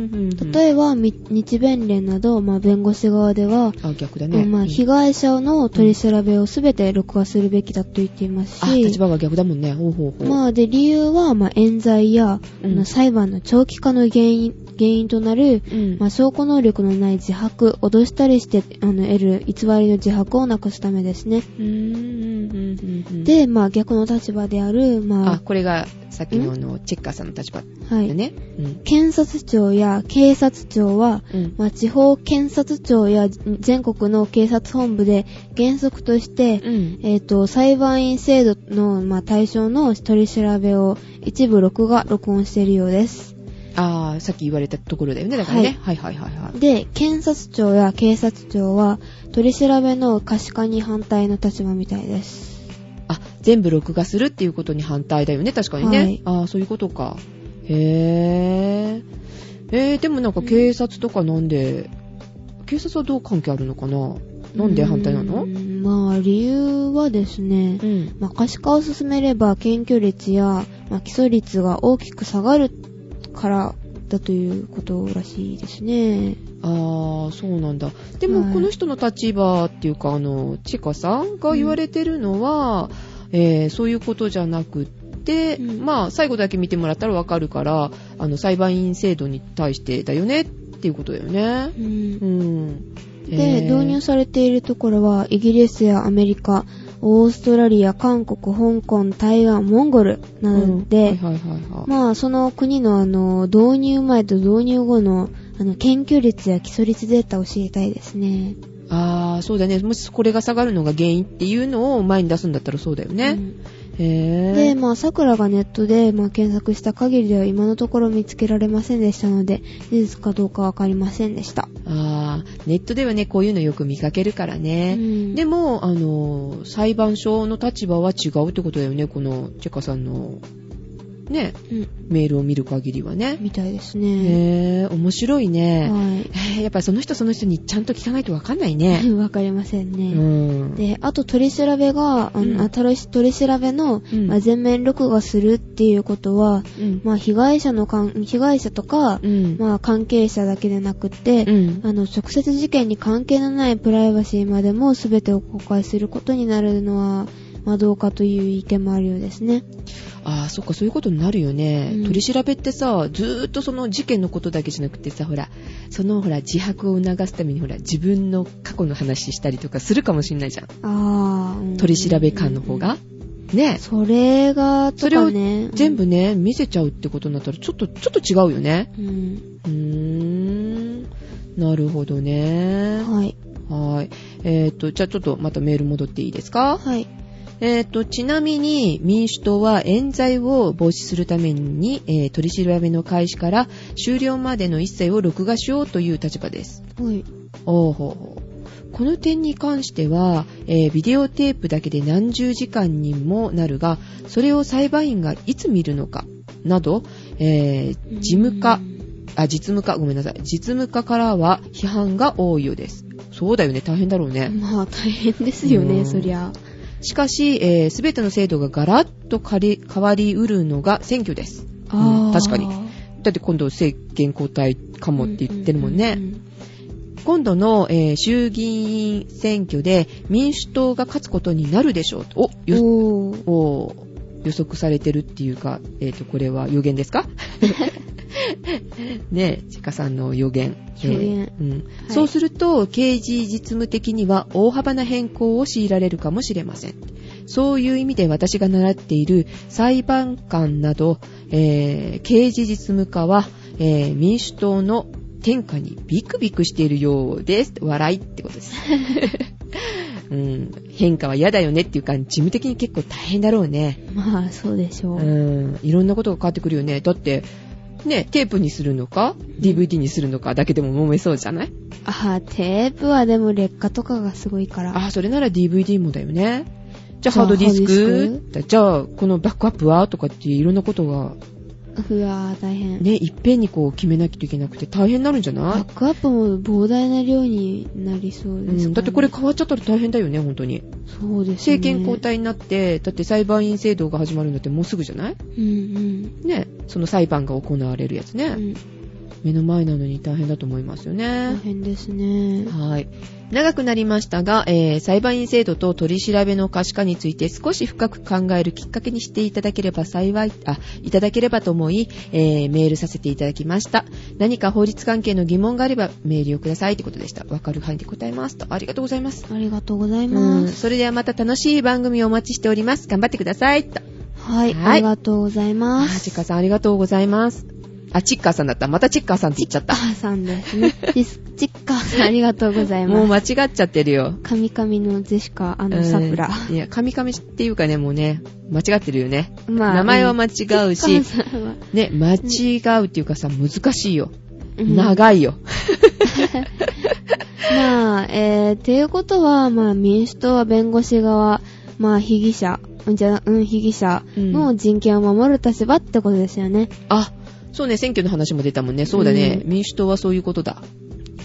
[SPEAKER 1] ん。
[SPEAKER 2] 例えば、み日弁連など、まあ、弁護士側では、
[SPEAKER 1] あ、逆だね。
[SPEAKER 2] まあ、
[SPEAKER 1] うん
[SPEAKER 2] 被害者の取り調べをすべて録画するべきだと言っています
[SPEAKER 1] あ、立
[SPEAKER 2] し、
[SPEAKER 1] 場が逆だもんね。ほうほうほう。
[SPEAKER 2] まあ、で、理由は、まあ、冤罪や、
[SPEAKER 1] うん
[SPEAKER 2] あの裁判の長期化の原因、原因となる、
[SPEAKER 1] うん
[SPEAKER 2] まあ、証拠能力のない自白、脅したりして、あの、得る偽りの自白をなくすためですね。
[SPEAKER 1] うーんうんうんうんうん、
[SPEAKER 2] で、まあ、逆の立場である、
[SPEAKER 1] あ
[SPEAKER 2] ま、
[SPEAKER 1] これが、さっきのあの、チェッカーさんの立場だ
[SPEAKER 2] あ、はい。
[SPEAKER 1] ね。うん
[SPEAKER 2] 検察庁や警察庁は、
[SPEAKER 1] うん。
[SPEAKER 2] まあ、地方検察庁や全国の警察本部で原則として、
[SPEAKER 1] うん。
[SPEAKER 2] えっ、と、裁判員制度の、まあ、対象の取り調べを一部録画、録音しているようです。
[SPEAKER 1] ああ、さっき言われたところだよね。だからね。はいはいはいはい。
[SPEAKER 2] で、検察庁や警察庁は、取り調べの可視化に反対の立場みたいです。
[SPEAKER 1] あ、全部録画するっていうことに反対だよね。確かにね。
[SPEAKER 2] はい
[SPEAKER 1] ああ、そういうことか。へえ。えー、でもなんか警察とかなんで、警察はどう関係あるのかななんで反対なの
[SPEAKER 2] うーんまあ、理由はですね、
[SPEAKER 1] うん。
[SPEAKER 2] まあ、可視化を進めれば検挙率や、まあ、基礎率が大きく下がるからだということらしいですね。
[SPEAKER 1] ああ、そうなんだ。で
[SPEAKER 2] は
[SPEAKER 1] も、
[SPEAKER 2] い
[SPEAKER 1] この人の立場っていうか、あの、チカさんが言われてるのは、えーそういうことじゃなくって、
[SPEAKER 2] うん
[SPEAKER 1] まあ、最後だけ見てもらったらわかるから、あの、裁判員制度に対してだよねっていうことだよね
[SPEAKER 2] う。ん
[SPEAKER 1] うん。
[SPEAKER 2] で、
[SPEAKER 1] えー
[SPEAKER 2] 導入されているところは、イギリスやアメリカ、オーストラリア、韓国、香港、台湾、モンゴルなので、
[SPEAKER 1] うんはいはいはいはい。
[SPEAKER 2] まあ、その国の、あの、導入前と導入後の、あの、研究率や基礎率データを知りたいですね。
[SPEAKER 1] ああ、そうだね。もしこれが下がるのが原因っていうのを前に出すんだったらそうだよ
[SPEAKER 2] う
[SPEAKER 1] ね。
[SPEAKER 2] ん
[SPEAKER 1] へ
[SPEAKER 2] で、
[SPEAKER 1] え。
[SPEAKER 2] まあ、桜がネットで、まあ、検索した限りでは今のところ見つけられませんでしたので、事実かどうかわかりませんでした。
[SPEAKER 1] ああ、ネットではね、こういうのよく見かけるからね。
[SPEAKER 2] うん
[SPEAKER 1] でも、あのー、裁判所の立場は違うってことだよね。この、チェカさんの、ね、
[SPEAKER 2] うん、
[SPEAKER 1] メールを見る限りはね。
[SPEAKER 2] みたいですね。
[SPEAKER 1] へえ、面白いね。
[SPEAKER 2] は
[SPEAKER 1] へえやっぱりその人その人にちゃんと聞かないとわかんない
[SPEAKER 2] い。
[SPEAKER 1] ね。
[SPEAKER 2] わかりません
[SPEAKER 1] う
[SPEAKER 2] ね。
[SPEAKER 1] ん。
[SPEAKER 2] で、あと取り調べが、あ
[SPEAKER 1] うん
[SPEAKER 2] の、新しい取り調べの、
[SPEAKER 1] うん
[SPEAKER 2] まあ全面録画するっていうことは、
[SPEAKER 1] うん。
[SPEAKER 2] まあ、被害者のかん、被害者とか、
[SPEAKER 1] うん。
[SPEAKER 2] まあ、関係者だけでなくって、
[SPEAKER 1] うん
[SPEAKER 2] あの、直接事件に関係のないプライバシーまでも全てを公開することになるのは、まあ、どうかという意見もあるようですね。
[SPEAKER 1] ああ、そっか、そういうことになるよね。
[SPEAKER 2] うん
[SPEAKER 1] 取り調べってさ、ずーっとその事件のことだけじゃなくてさ、ほら、そのほら、自白を促すためにほら、自分の過去の話したりとかするかもしんないじゃん。
[SPEAKER 2] ああ、うん
[SPEAKER 1] 取り調べ官の方が。ね。
[SPEAKER 2] それが、と
[SPEAKER 1] それを
[SPEAKER 2] かね。
[SPEAKER 1] 全部ね、見せちゃうってことになったら、ちょっと、ちょっと違うよね。
[SPEAKER 2] うん。
[SPEAKER 1] うーん。なるほどね。
[SPEAKER 2] はい。
[SPEAKER 1] はーい。えっ、と、じゃあちょっとまたメール戻っていいですか
[SPEAKER 2] はい。
[SPEAKER 1] えー、とちなみに民主党は冤罪を防止するために、えー取り調べの開始から終了までの一切を録画しようという立場です。
[SPEAKER 2] はい。
[SPEAKER 1] おーほーほーこの点に関しては、えービデオテープだけで何十時間にもなるがそれを裁判員がいつ見るのかなど、えー事務課あ実務課ごめんなさい実務課からは批判が多いようです。そうだよね大変だろうね。
[SPEAKER 2] うん。まあ、大変ですよ
[SPEAKER 1] う
[SPEAKER 2] ね、
[SPEAKER 1] ん
[SPEAKER 2] そりゃ。
[SPEAKER 1] しかし、えー、全ての制度がガラッと変わり変わりうるのが選挙です。
[SPEAKER 2] ああ。
[SPEAKER 1] 確かに。だって今度政権交代かもって言ってるもん
[SPEAKER 2] うう
[SPEAKER 1] ね。
[SPEAKER 2] うん
[SPEAKER 1] 今度の、えー衆議院選挙で民主党が勝つことになるでしょうと。お
[SPEAKER 2] うん
[SPEAKER 1] よ
[SPEAKER 2] おー
[SPEAKER 1] お予測されてるっていうか、えっ、と、これは予言です かねえ、ちかさんの予言。
[SPEAKER 2] 予言
[SPEAKER 1] うんそうすると、刑事実務的には大幅な変更を強いられるかもしれません。そういう意味で私が習っている裁判官など、えー刑事実務課は、えー民主党の天下にビクビクしているようです。笑いってことです。うん、変化は嫌だよねっていうか、事務的に結構大変だろうね。
[SPEAKER 2] まあ、そうでしょ
[SPEAKER 1] う
[SPEAKER 2] う。
[SPEAKER 1] ん、いろんなことが変わってくるよね。だって、ね、テープにするのか、DVD にするのかだけでも揉めそうじゃない
[SPEAKER 2] ああ、テープはでも劣化とかがすごいから。
[SPEAKER 1] あ、それなら DVD もだよね。じゃあ
[SPEAKER 2] じゃ
[SPEAKER 1] ハ
[SPEAKER 2] あ
[SPEAKER 1] ードディス
[SPEAKER 2] ハードディ
[SPEAKER 1] クだじゃあこのバックアップはとかっていろんなことが
[SPEAKER 2] うわー大変。
[SPEAKER 1] ね、いっぺんにこう決めなきゃいけなくて大変になるんじゃ
[SPEAKER 2] バ
[SPEAKER 1] ない
[SPEAKER 2] ックアップも膨大な量になりそう
[SPEAKER 1] う
[SPEAKER 2] ですかね
[SPEAKER 1] ん、だってこれ、変わっちゃったら大変だよね、本当に。
[SPEAKER 2] そうですね。
[SPEAKER 1] 政権交。代になって、だって裁判員制度が始まるんだってもうすぐじゃない
[SPEAKER 2] うん
[SPEAKER 1] ね、その裁判が行われるやつね。
[SPEAKER 2] うん。うん、
[SPEAKER 1] 目の前なのに大変だと思いますよ
[SPEAKER 2] 大
[SPEAKER 1] ね。
[SPEAKER 2] 変ですね。
[SPEAKER 1] はい。長くなりましたが、えー裁判員制度と取り調べの可視化について少し深く考えるきっかけにしていただければ幸い、あ、いただければと思い、えーメールさせていただきました。何か法律関係の疑問があればメールをくださいってことでした。わかる範囲で答えますと。ありがとうございます。
[SPEAKER 2] ありがとうござい
[SPEAKER 1] うん、
[SPEAKER 2] ます。
[SPEAKER 1] それではまた楽しい番組をお待ちしております。頑張ってください。と。
[SPEAKER 2] はい、
[SPEAKER 1] はい
[SPEAKER 2] ありがとうござい
[SPEAKER 1] あ
[SPEAKER 2] ま
[SPEAKER 1] ー、
[SPEAKER 2] す。
[SPEAKER 1] チッカーさんありがとうございます。あ、チッカーさんだった。またチッカーさんって言っちゃった。
[SPEAKER 2] あーさんで すね。ディスチッカーさん、ありがとうござい
[SPEAKER 1] もう
[SPEAKER 2] ます。
[SPEAKER 1] 間違っちゃってるよ。
[SPEAKER 2] カミカミのジェシカ、あ
[SPEAKER 1] う
[SPEAKER 2] の、
[SPEAKER 1] ん
[SPEAKER 2] サクラ。
[SPEAKER 1] いや、カミカミっていうかね、もうね、間違ってるよね。
[SPEAKER 2] ま
[SPEAKER 1] 名前は
[SPEAKER 2] 違
[SPEAKER 1] 間違うし、ね、間違うっていうかさ、難しいよ。長いよ。
[SPEAKER 2] まあ、えー、ていうことは、まあ、民主党は弁護士側、まあ、被疑者、うんじゃ、うん、被疑者の人権を守る立場ってことですよね。
[SPEAKER 1] あ、そうね、選挙の話も出たもんね。そうだね。
[SPEAKER 2] う
[SPEAKER 1] 民主党はそういうことだ。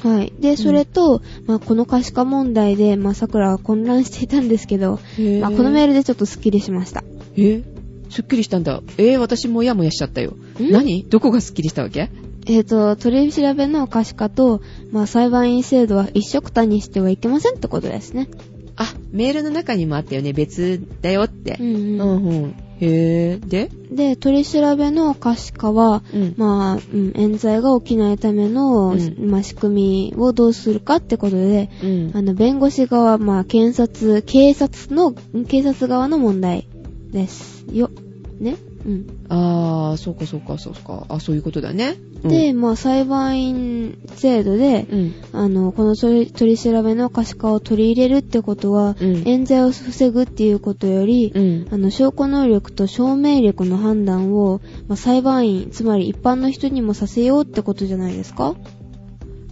[SPEAKER 2] はい。で、それと、まあ、この可視化問題で、まあ、桜は混乱していたんですけど、
[SPEAKER 1] へ
[SPEAKER 2] まあ、このメ
[SPEAKER 1] ー
[SPEAKER 2] ールでちょっとスッキリしました。
[SPEAKER 1] ル。えすっきりしたんだ。えー、私もやもやしちゃったよ。何どこがすっきりしたわけ
[SPEAKER 2] えっ、と、取り調べの可視化と、まあ、裁判員制度は一緒くたにしてはいけませんってことですね。
[SPEAKER 1] あ、メールの中にもあったよね。別だよって
[SPEAKER 2] う。
[SPEAKER 1] うん
[SPEAKER 2] ん、うん。
[SPEAKER 1] うん。へーで
[SPEAKER 2] で、取り調べの可視化は、
[SPEAKER 1] うん。
[SPEAKER 2] まあ、うん、冤罪が起きないための、
[SPEAKER 1] うん
[SPEAKER 2] まあ、仕組みをどうするかってことで、
[SPEAKER 1] うん
[SPEAKER 2] あの、弁護士側、まあ、検察、警察の、警察側の問題ですよ。ね。うん。
[SPEAKER 1] ああ、そうかそうかそうか。あ、そういうことだね。うん
[SPEAKER 2] で、、まあ、裁判員制度で、
[SPEAKER 1] うん。
[SPEAKER 2] あの、この取り取り調べの可視化を取り入れるってことは、
[SPEAKER 1] うん
[SPEAKER 2] 冤罪を防ぐっていうことより、
[SPEAKER 1] うん。
[SPEAKER 2] あの、証拠能力と証明力の判断を、まあ、裁判員、つまり一般の人にもさせようってことじゃないですか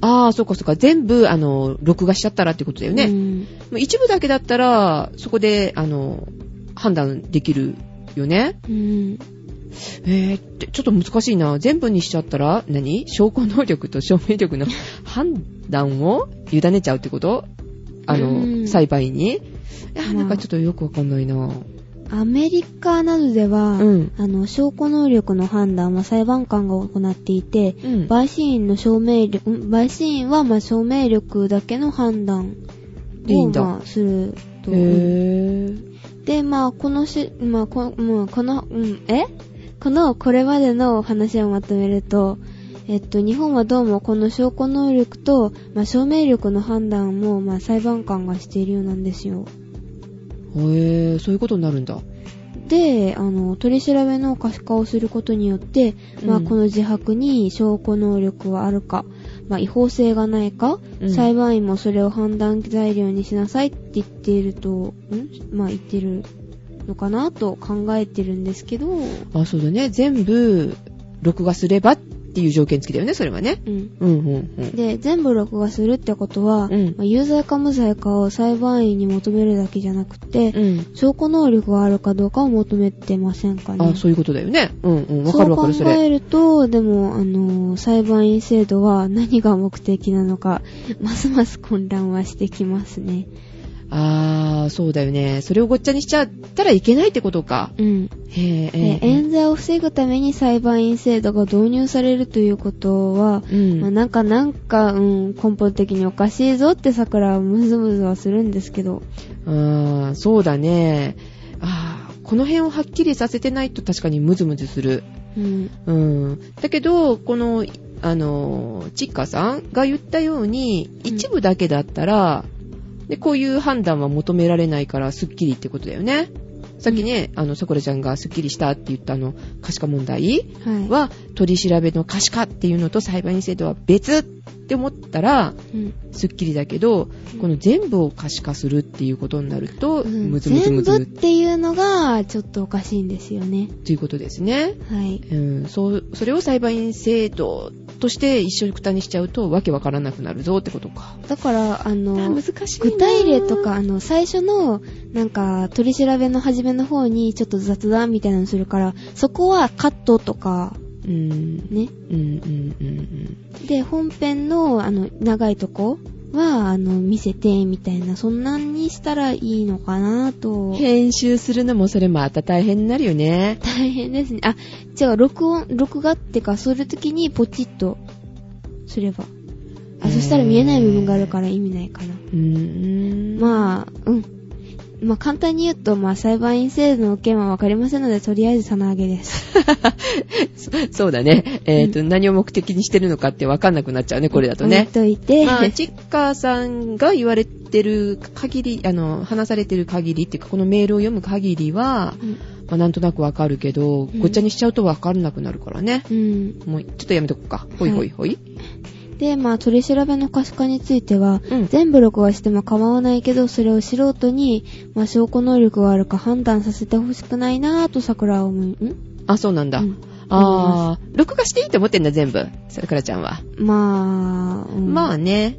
[SPEAKER 1] ああ、そうかそうか。全部、あの、録画しちゃったらってことだよね。
[SPEAKER 2] うん
[SPEAKER 1] もう一部だけだったら、そこで、あの、判断できるよね。
[SPEAKER 2] うん。
[SPEAKER 1] えー、ってちょっと難しいな。全部にしちゃったら何、証拠能力と証明 力の判断を委ねちゃうってことあの、
[SPEAKER 2] うん
[SPEAKER 1] 裁判員に。いや、なん
[SPEAKER 2] ま
[SPEAKER 1] か
[SPEAKER 2] あ
[SPEAKER 1] ちょっとよくわかんないな。
[SPEAKER 2] アメリカなどでは、
[SPEAKER 1] うん
[SPEAKER 2] あの、証拠能力の判断は裁判官が行っていて、
[SPEAKER 1] うん。
[SPEAKER 2] 陪審員の証明力、ん陪審員は、まあ、証明力だけの判断
[SPEAKER 1] でいい
[SPEAKER 2] を、
[SPEAKER 1] んだ
[SPEAKER 2] まあ、す
[SPEAKER 1] へ
[SPEAKER 2] ると。
[SPEAKER 1] ー。
[SPEAKER 2] で、まあ、このし、まあ、こ、もう、この、うん、えこの、これまでのお話をまとめると、えっと、日本はどうもこの証拠能力と、まあ、証明力の判断も、まあ、裁判官がしているようなんですよ。
[SPEAKER 1] へー、そういうことになるんだ。
[SPEAKER 2] で、あの、取り調べの可視化をすることによって、ま
[SPEAKER 1] う
[SPEAKER 2] あ、
[SPEAKER 1] ん
[SPEAKER 2] この自白に証拠能力はあるか、まあ、違法性がないか、
[SPEAKER 1] うん
[SPEAKER 2] 裁判員もそれを判断材料にしなさいって言っていると、んまあ、言ってるのかなと考えてるんですけど、う
[SPEAKER 1] あ、そうだね。全部、録画すればっていう条件付きだよね、それはね。
[SPEAKER 2] ん。
[SPEAKER 1] うん、うん、うん。
[SPEAKER 2] で、全部録画するってことは、
[SPEAKER 1] うん
[SPEAKER 2] まあ有罪か無罪かを裁判員に求めるだけじゃなくて、
[SPEAKER 1] うん。
[SPEAKER 2] 証拠能力があるかどうかを求めてませんかね。
[SPEAKER 1] あ、そういうことだよね。うん、うん。わ
[SPEAKER 2] そ
[SPEAKER 1] かるわ
[SPEAKER 2] う
[SPEAKER 1] か
[SPEAKER 2] 考
[SPEAKER 1] る、それ。
[SPEAKER 2] えると、でも、あの、裁判員制度は何が目的なのか、 ますます混乱はしてきますね。
[SPEAKER 1] あー、そうだよね。それをごっちゃにしちゃったらいけないってことか。
[SPEAKER 2] うん。
[SPEAKER 1] へー、
[SPEAKER 2] で冤罪を防ぐために裁判員制度が導入されるということは、
[SPEAKER 1] うん
[SPEAKER 2] まあ、なんか、なんか、うん、根本的におかしいぞって桜はムズムズはするんですけど、
[SPEAKER 1] あー、そうだね。あー、この辺をはっきりさせてないと確かにムズムズする。
[SPEAKER 2] うん。
[SPEAKER 1] うん。だけど、この、あの、チッカさんが言ったように、
[SPEAKER 2] うん
[SPEAKER 1] 一部だけだったら、で、こういう判断は求められないから、スッキリってことだよね。さっきね、あの、桜ちゃんがスッキリしたって言ったあの、可視化問題
[SPEAKER 2] はい。
[SPEAKER 1] は、取り調べの可視化っていうのと裁判員制度は別って思ったら、
[SPEAKER 2] うん
[SPEAKER 1] スッキリだけど
[SPEAKER 2] う、ん
[SPEAKER 1] この全部を可視化するっていうことになると、
[SPEAKER 2] うん
[SPEAKER 1] ムズムズ
[SPEAKER 2] 全
[SPEAKER 1] ム
[SPEAKER 2] 部っ
[SPEAKER 1] ズ
[SPEAKER 2] ていうのが、ちょっとおかしいんですよね。
[SPEAKER 1] っていうことですね。
[SPEAKER 2] はい。
[SPEAKER 1] うん、そうそれを裁判員制度として一緒にくたにしちゃうとわけわからなくなるぞってことか。
[SPEAKER 2] だから、あの、
[SPEAKER 1] し
[SPEAKER 2] 具体例とか、あの、最初の、なんか、取り調べの初めの方に、ちょっと雑談みたいなのするから、そこはカットとか、
[SPEAKER 1] うん、うん、
[SPEAKER 2] ね。
[SPEAKER 1] うん、うん、うん。
[SPEAKER 2] で、本編の、あの、長いとこは、あの、見せて、みたいな、そんなんにしたらいいのかなと。
[SPEAKER 1] 編集するのもそれまた大変になるよね。
[SPEAKER 2] 大変ですね。あ、じゃあ、録音、録画ってか、そういう時にポチッと、すれば。あ、そしたら見えない部分があるから意味ないかな。
[SPEAKER 1] うん。あ、
[SPEAKER 2] まあ、うん。まあ、簡単に言うと、まあ、裁判員制度の件は分かりませんので、とりあえず棚上げです。
[SPEAKER 1] そそうだね。えっ、と、何を目的にしてるのかってわかんなくなっちゃうね、これだと
[SPEAKER 2] 置
[SPEAKER 1] ね
[SPEAKER 2] い。といて、
[SPEAKER 1] まあ、チッカーさんが言われてる限り、あの、話されてる限りっていうか、このメールを読む限りは、
[SPEAKER 2] うん
[SPEAKER 1] まあ、なんとなくわかるけど、
[SPEAKER 2] ん
[SPEAKER 1] ごっちゃにしちゃうとわかんなくなるからね。
[SPEAKER 2] うん。
[SPEAKER 1] もう、ちょっとやめとこうか。ほいほいほい。
[SPEAKER 2] で、まあ、取り調べの可視化については、
[SPEAKER 1] うん
[SPEAKER 2] 全部録画しても構わないけど、それを素人に、まあ、証拠能力があるか判断させてほしくないなぁと桜は思う。ん
[SPEAKER 1] あ、そうなんだ。
[SPEAKER 2] うん
[SPEAKER 1] あー、録画していいって思ってんだ、全部。さくらちゃんは。
[SPEAKER 2] まあ、うん
[SPEAKER 1] まあね。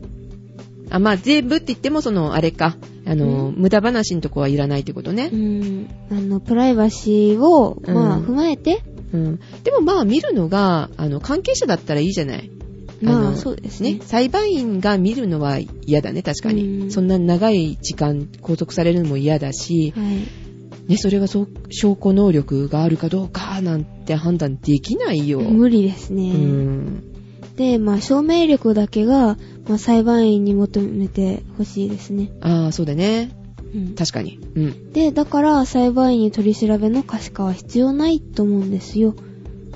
[SPEAKER 1] あ、まあ、全部って言っても、その、あれか。あの、
[SPEAKER 2] うん
[SPEAKER 1] 無駄話のとこはいらないってことね
[SPEAKER 2] う。ん。あの、プライバシーを、まあ、
[SPEAKER 1] うん
[SPEAKER 2] 踏まえて、
[SPEAKER 1] うん。でもまあ、見るのが、あの、関係者だったらいいじゃない。
[SPEAKER 2] ま
[SPEAKER 1] あ
[SPEAKER 2] あ、
[SPEAKER 1] の
[SPEAKER 2] そうですね
[SPEAKER 1] ね、。裁判員が見るのは嫌だね、確か
[SPEAKER 2] う
[SPEAKER 1] に。
[SPEAKER 2] ん
[SPEAKER 1] そんな長い時間拘束されるのも嫌だし、
[SPEAKER 2] はい。
[SPEAKER 1] ね、それがそう証拠能力があるかどうかなんて判断できないよ。
[SPEAKER 2] 無理ですね。
[SPEAKER 1] うん。
[SPEAKER 2] で、まあ、証明力だけが、まあ、裁判員に求めてほしいですね。
[SPEAKER 1] ああ、そうだね。
[SPEAKER 2] うん
[SPEAKER 1] 確かに。うん。
[SPEAKER 2] で、だから、裁判員に取り調べの可視化は必要ないと思うんですよ。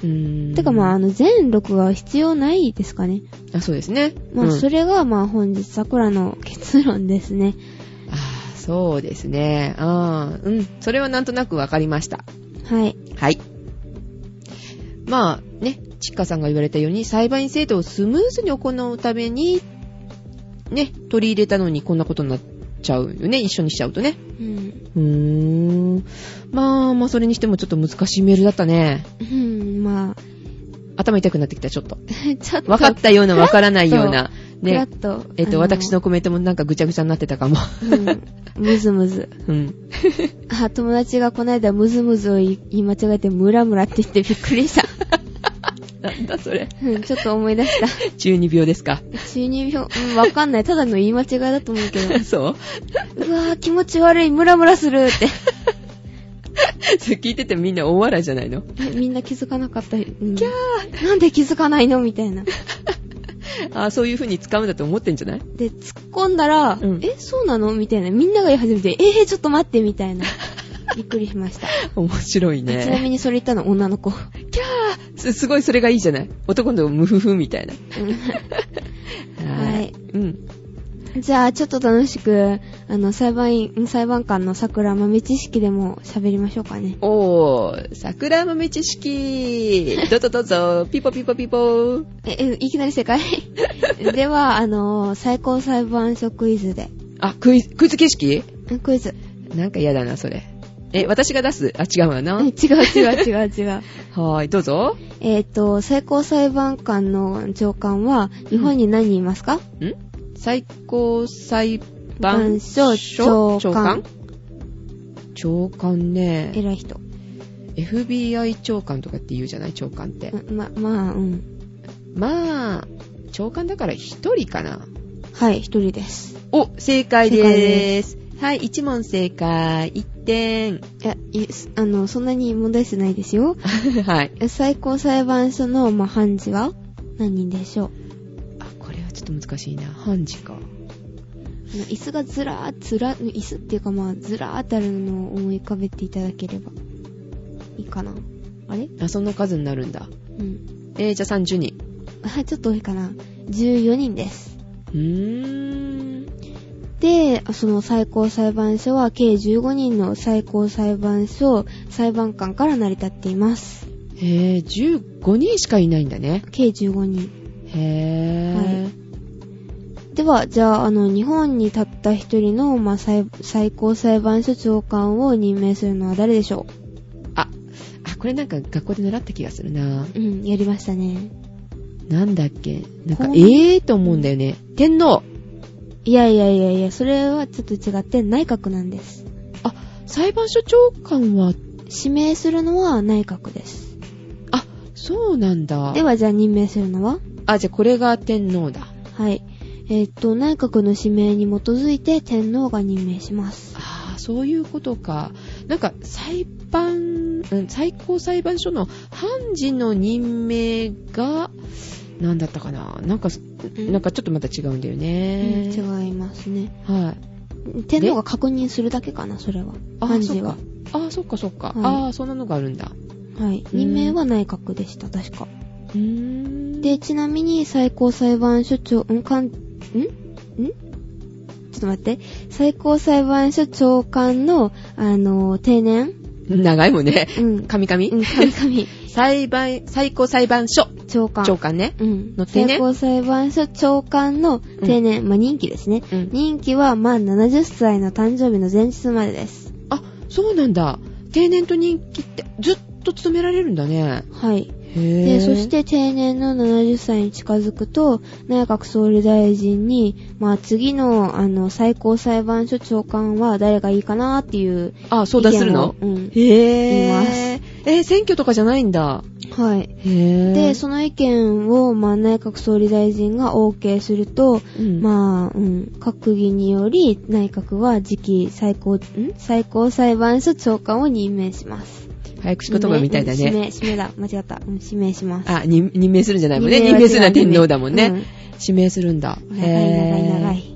[SPEAKER 1] うん。
[SPEAKER 2] てか、まあ、あの、全録画は必要ないですかね。
[SPEAKER 1] あ、そうですね。
[SPEAKER 2] ま
[SPEAKER 1] う
[SPEAKER 2] あ、
[SPEAKER 1] ん
[SPEAKER 2] それが、まあ、本日、桜の結論ですね。
[SPEAKER 1] ああ、そうですね。ああ、うん。それはなんとなくわかりました。
[SPEAKER 2] はい。
[SPEAKER 1] はい。まあね、ちっかさんが言われたように裁判員制度をスムーズに行うために、ね、取り入れたのにこんなことになっちゃうよね、一緒にしちゃうとね。
[SPEAKER 2] うん。
[SPEAKER 1] うーん。まあまあ、それにしてもちょっと難しいメールだったね。
[SPEAKER 2] うん、まあ、
[SPEAKER 1] 頭痛くなってきた、ちょっと。
[SPEAKER 2] ちょっと。
[SPEAKER 1] 分かったような、分からないような。
[SPEAKER 2] ふら
[SPEAKER 1] ね
[SPEAKER 2] っ。と。
[SPEAKER 1] えっと、
[SPEAKER 2] あ
[SPEAKER 1] 私の。コメントもなんかぐちゃぐちゃになってたかも。
[SPEAKER 2] うん。むずむず。
[SPEAKER 1] うん。
[SPEAKER 2] あ、友達がこの間ムズムズを言い言い間違えてムラムラって言ってびっくりした。
[SPEAKER 1] なんだそれ。
[SPEAKER 2] うん、ちょっと思い出した。
[SPEAKER 1] 中二病ですか。
[SPEAKER 2] 中二病、うん、わかんない。ただの言い間違いだと思うけど。
[SPEAKER 1] そう
[SPEAKER 2] うわぁ、気持ち悪い、ムラムラするって。
[SPEAKER 1] それ聞いててみんな大笑いじゃないの
[SPEAKER 2] えみんな気づかなかった。うん、キャーなんで気づかないのみたいな。
[SPEAKER 1] ああ、そういう風に使うんだと思ってんじゃない
[SPEAKER 2] で、突っ込んだら、
[SPEAKER 1] うん
[SPEAKER 2] え、そうなのみたいな。みんなが言い始めて、えー、ちょっと待って、みたいな。びっくりしました。
[SPEAKER 1] 面白い
[SPEAKER 2] ちなみ
[SPEAKER 1] ね。
[SPEAKER 2] にそれ言ったの女の子。
[SPEAKER 1] キャーすすごいそれがいいじゃない男のムフフみたいな。
[SPEAKER 2] はい
[SPEAKER 1] うん。
[SPEAKER 2] じゃあ、ちょっと楽しく、あの、裁判員、うん裁判官の桜豆知識でも喋りましょうかね。
[SPEAKER 1] おー、桜豆知識どうぞどうぞ、ピポピポピポ
[SPEAKER 2] え、え、いきなり正解 では、あの、最高裁判所クイズで。
[SPEAKER 1] あ、クイズ、クイズ形式
[SPEAKER 2] うんクイズ。
[SPEAKER 1] なんか嫌だな、それ。え、私が出すあ、違うわな。
[SPEAKER 2] うん違う違う違う違う。
[SPEAKER 1] はーい、どうぞ。
[SPEAKER 2] えっと、最高裁判官の長官は、日本に何人いますか、
[SPEAKER 1] ん最高裁判所
[SPEAKER 2] 判所長官
[SPEAKER 1] 長官ね。
[SPEAKER 2] 偉い人。
[SPEAKER 1] FBI 長官とかって言うじゃない長官って。
[SPEAKER 2] うんま、まあ、うん。
[SPEAKER 1] まあ、長官だから一人かな。
[SPEAKER 2] はい、一人です。
[SPEAKER 1] お、正解
[SPEAKER 2] 正解
[SPEAKER 1] で。
[SPEAKER 2] です
[SPEAKER 1] はい、一問正解。一点。
[SPEAKER 2] いや、いすあの、そんなに問題数ないですよ。
[SPEAKER 1] はい。
[SPEAKER 2] え最高裁判所の、まあ、判事は何人でしょう
[SPEAKER 1] あ、これはちょっと難しいな。判事か。
[SPEAKER 2] あの椅子がずらーっずらー椅子っていうかまあずらーってあるのを思い浮かべていただければいいかなあれ
[SPEAKER 1] あ、そんな数になるんだ。
[SPEAKER 2] うん
[SPEAKER 1] えー、じゃあ30人。
[SPEAKER 2] あちょっと多いかな14人です
[SPEAKER 1] うーん。
[SPEAKER 2] でその最高裁判所は計15人の最高裁判所裁判官から成り立っています
[SPEAKER 1] へー、15人しかいないんだね。
[SPEAKER 2] 計15人
[SPEAKER 1] へー。
[SPEAKER 2] はではじゃああの日本にたった一人の、まあ、最最高裁判所長官を任命するのは誰でしょ
[SPEAKER 1] あ、あ、これなんか学校で習った気がするな。
[SPEAKER 2] ううんやりましたね
[SPEAKER 1] なんだっけ。なんか
[SPEAKER 2] こ、う
[SPEAKER 1] ええーと思うんだよね。天皇。
[SPEAKER 2] いやいやいやいや、それはちょっと違って内閣なんです。
[SPEAKER 1] あ、裁判所長官は、
[SPEAKER 2] 指名するのは内閣です。
[SPEAKER 1] あ、そうなんだ。
[SPEAKER 2] ではじゃあ任命するのは
[SPEAKER 1] あ、じゃあこれが天皇だ。
[SPEAKER 2] はい。えーっと、内閣の指名に基づいて天皇が任命します。
[SPEAKER 1] ああ、そういうことか。なんか、裁判、うん、最高裁判所の判事の任命が、なんだったかな。なんか、
[SPEAKER 2] ん
[SPEAKER 1] なんかちょっとまた違うんだよね。
[SPEAKER 2] うん違いますね。
[SPEAKER 1] はい。
[SPEAKER 2] 天皇が確認するだけかな、それは。
[SPEAKER 1] あ
[SPEAKER 2] 判
[SPEAKER 1] ー、そ
[SPEAKER 2] 事
[SPEAKER 1] っか
[SPEAKER 2] は。。
[SPEAKER 1] あー、そっかそっか。
[SPEAKER 2] はい
[SPEAKER 1] あー、そんなのがあるんだ。
[SPEAKER 2] はい。任命は内閣でした、確か。
[SPEAKER 1] うーん。
[SPEAKER 2] で、ちなみに最高裁判所長、んかん、んんちょっと待って。最高裁判所長官の、あの、定年
[SPEAKER 1] 長いもんね。
[SPEAKER 2] うん。
[SPEAKER 1] 神々、
[SPEAKER 2] うん、神々。
[SPEAKER 1] 裁判、最高裁判所
[SPEAKER 2] 長官。
[SPEAKER 1] 長官ね。
[SPEAKER 2] うん。
[SPEAKER 1] の定年
[SPEAKER 2] 最高裁判所長官の定年、まあ任期ですね。
[SPEAKER 1] うん
[SPEAKER 2] 任期は満70歳の誕生日の前日までです。
[SPEAKER 1] あ、そうなんだ。定年と任期ってずっと勤められるんだね。
[SPEAKER 2] はい。
[SPEAKER 1] へ
[SPEAKER 2] で、そし、て定年の70歳に近づくと、内閣総理大臣に、まあ次の、あの、最高裁判所長官は誰がいいかなっていう。
[SPEAKER 1] あ、相談するの
[SPEAKER 2] 意見をう
[SPEAKER 1] へ
[SPEAKER 2] ん。
[SPEAKER 1] ぇー。
[SPEAKER 2] います
[SPEAKER 1] えー、選挙とかじゃないんだ。
[SPEAKER 2] はい。
[SPEAKER 1] へぇー。
[SPEAKER 2] で、その意見を、まあ内閣総理大臣が OK すると、
[SPEAKER 1] うん
[SPEAKER 2] まあ、うん、閣議により内閣は次期最高、ん最高裁判所長官を任命します。
[SPEAKER 1] 早口言葉みたいだね。
[SPEAKER 2] 指名、指名だ。間違った。うん、指名します。
[SPEAKER 1] あ、任任命するんじゃないもんね。任
[SPEAKER 2] 任命は
[SPEAKER 1] 命するのは天皇だもん
[SPEAKER 2] 違う
[SPEAKER 1] ね。指名するんだ。
[SPEAKER 2] うん長い長い長い。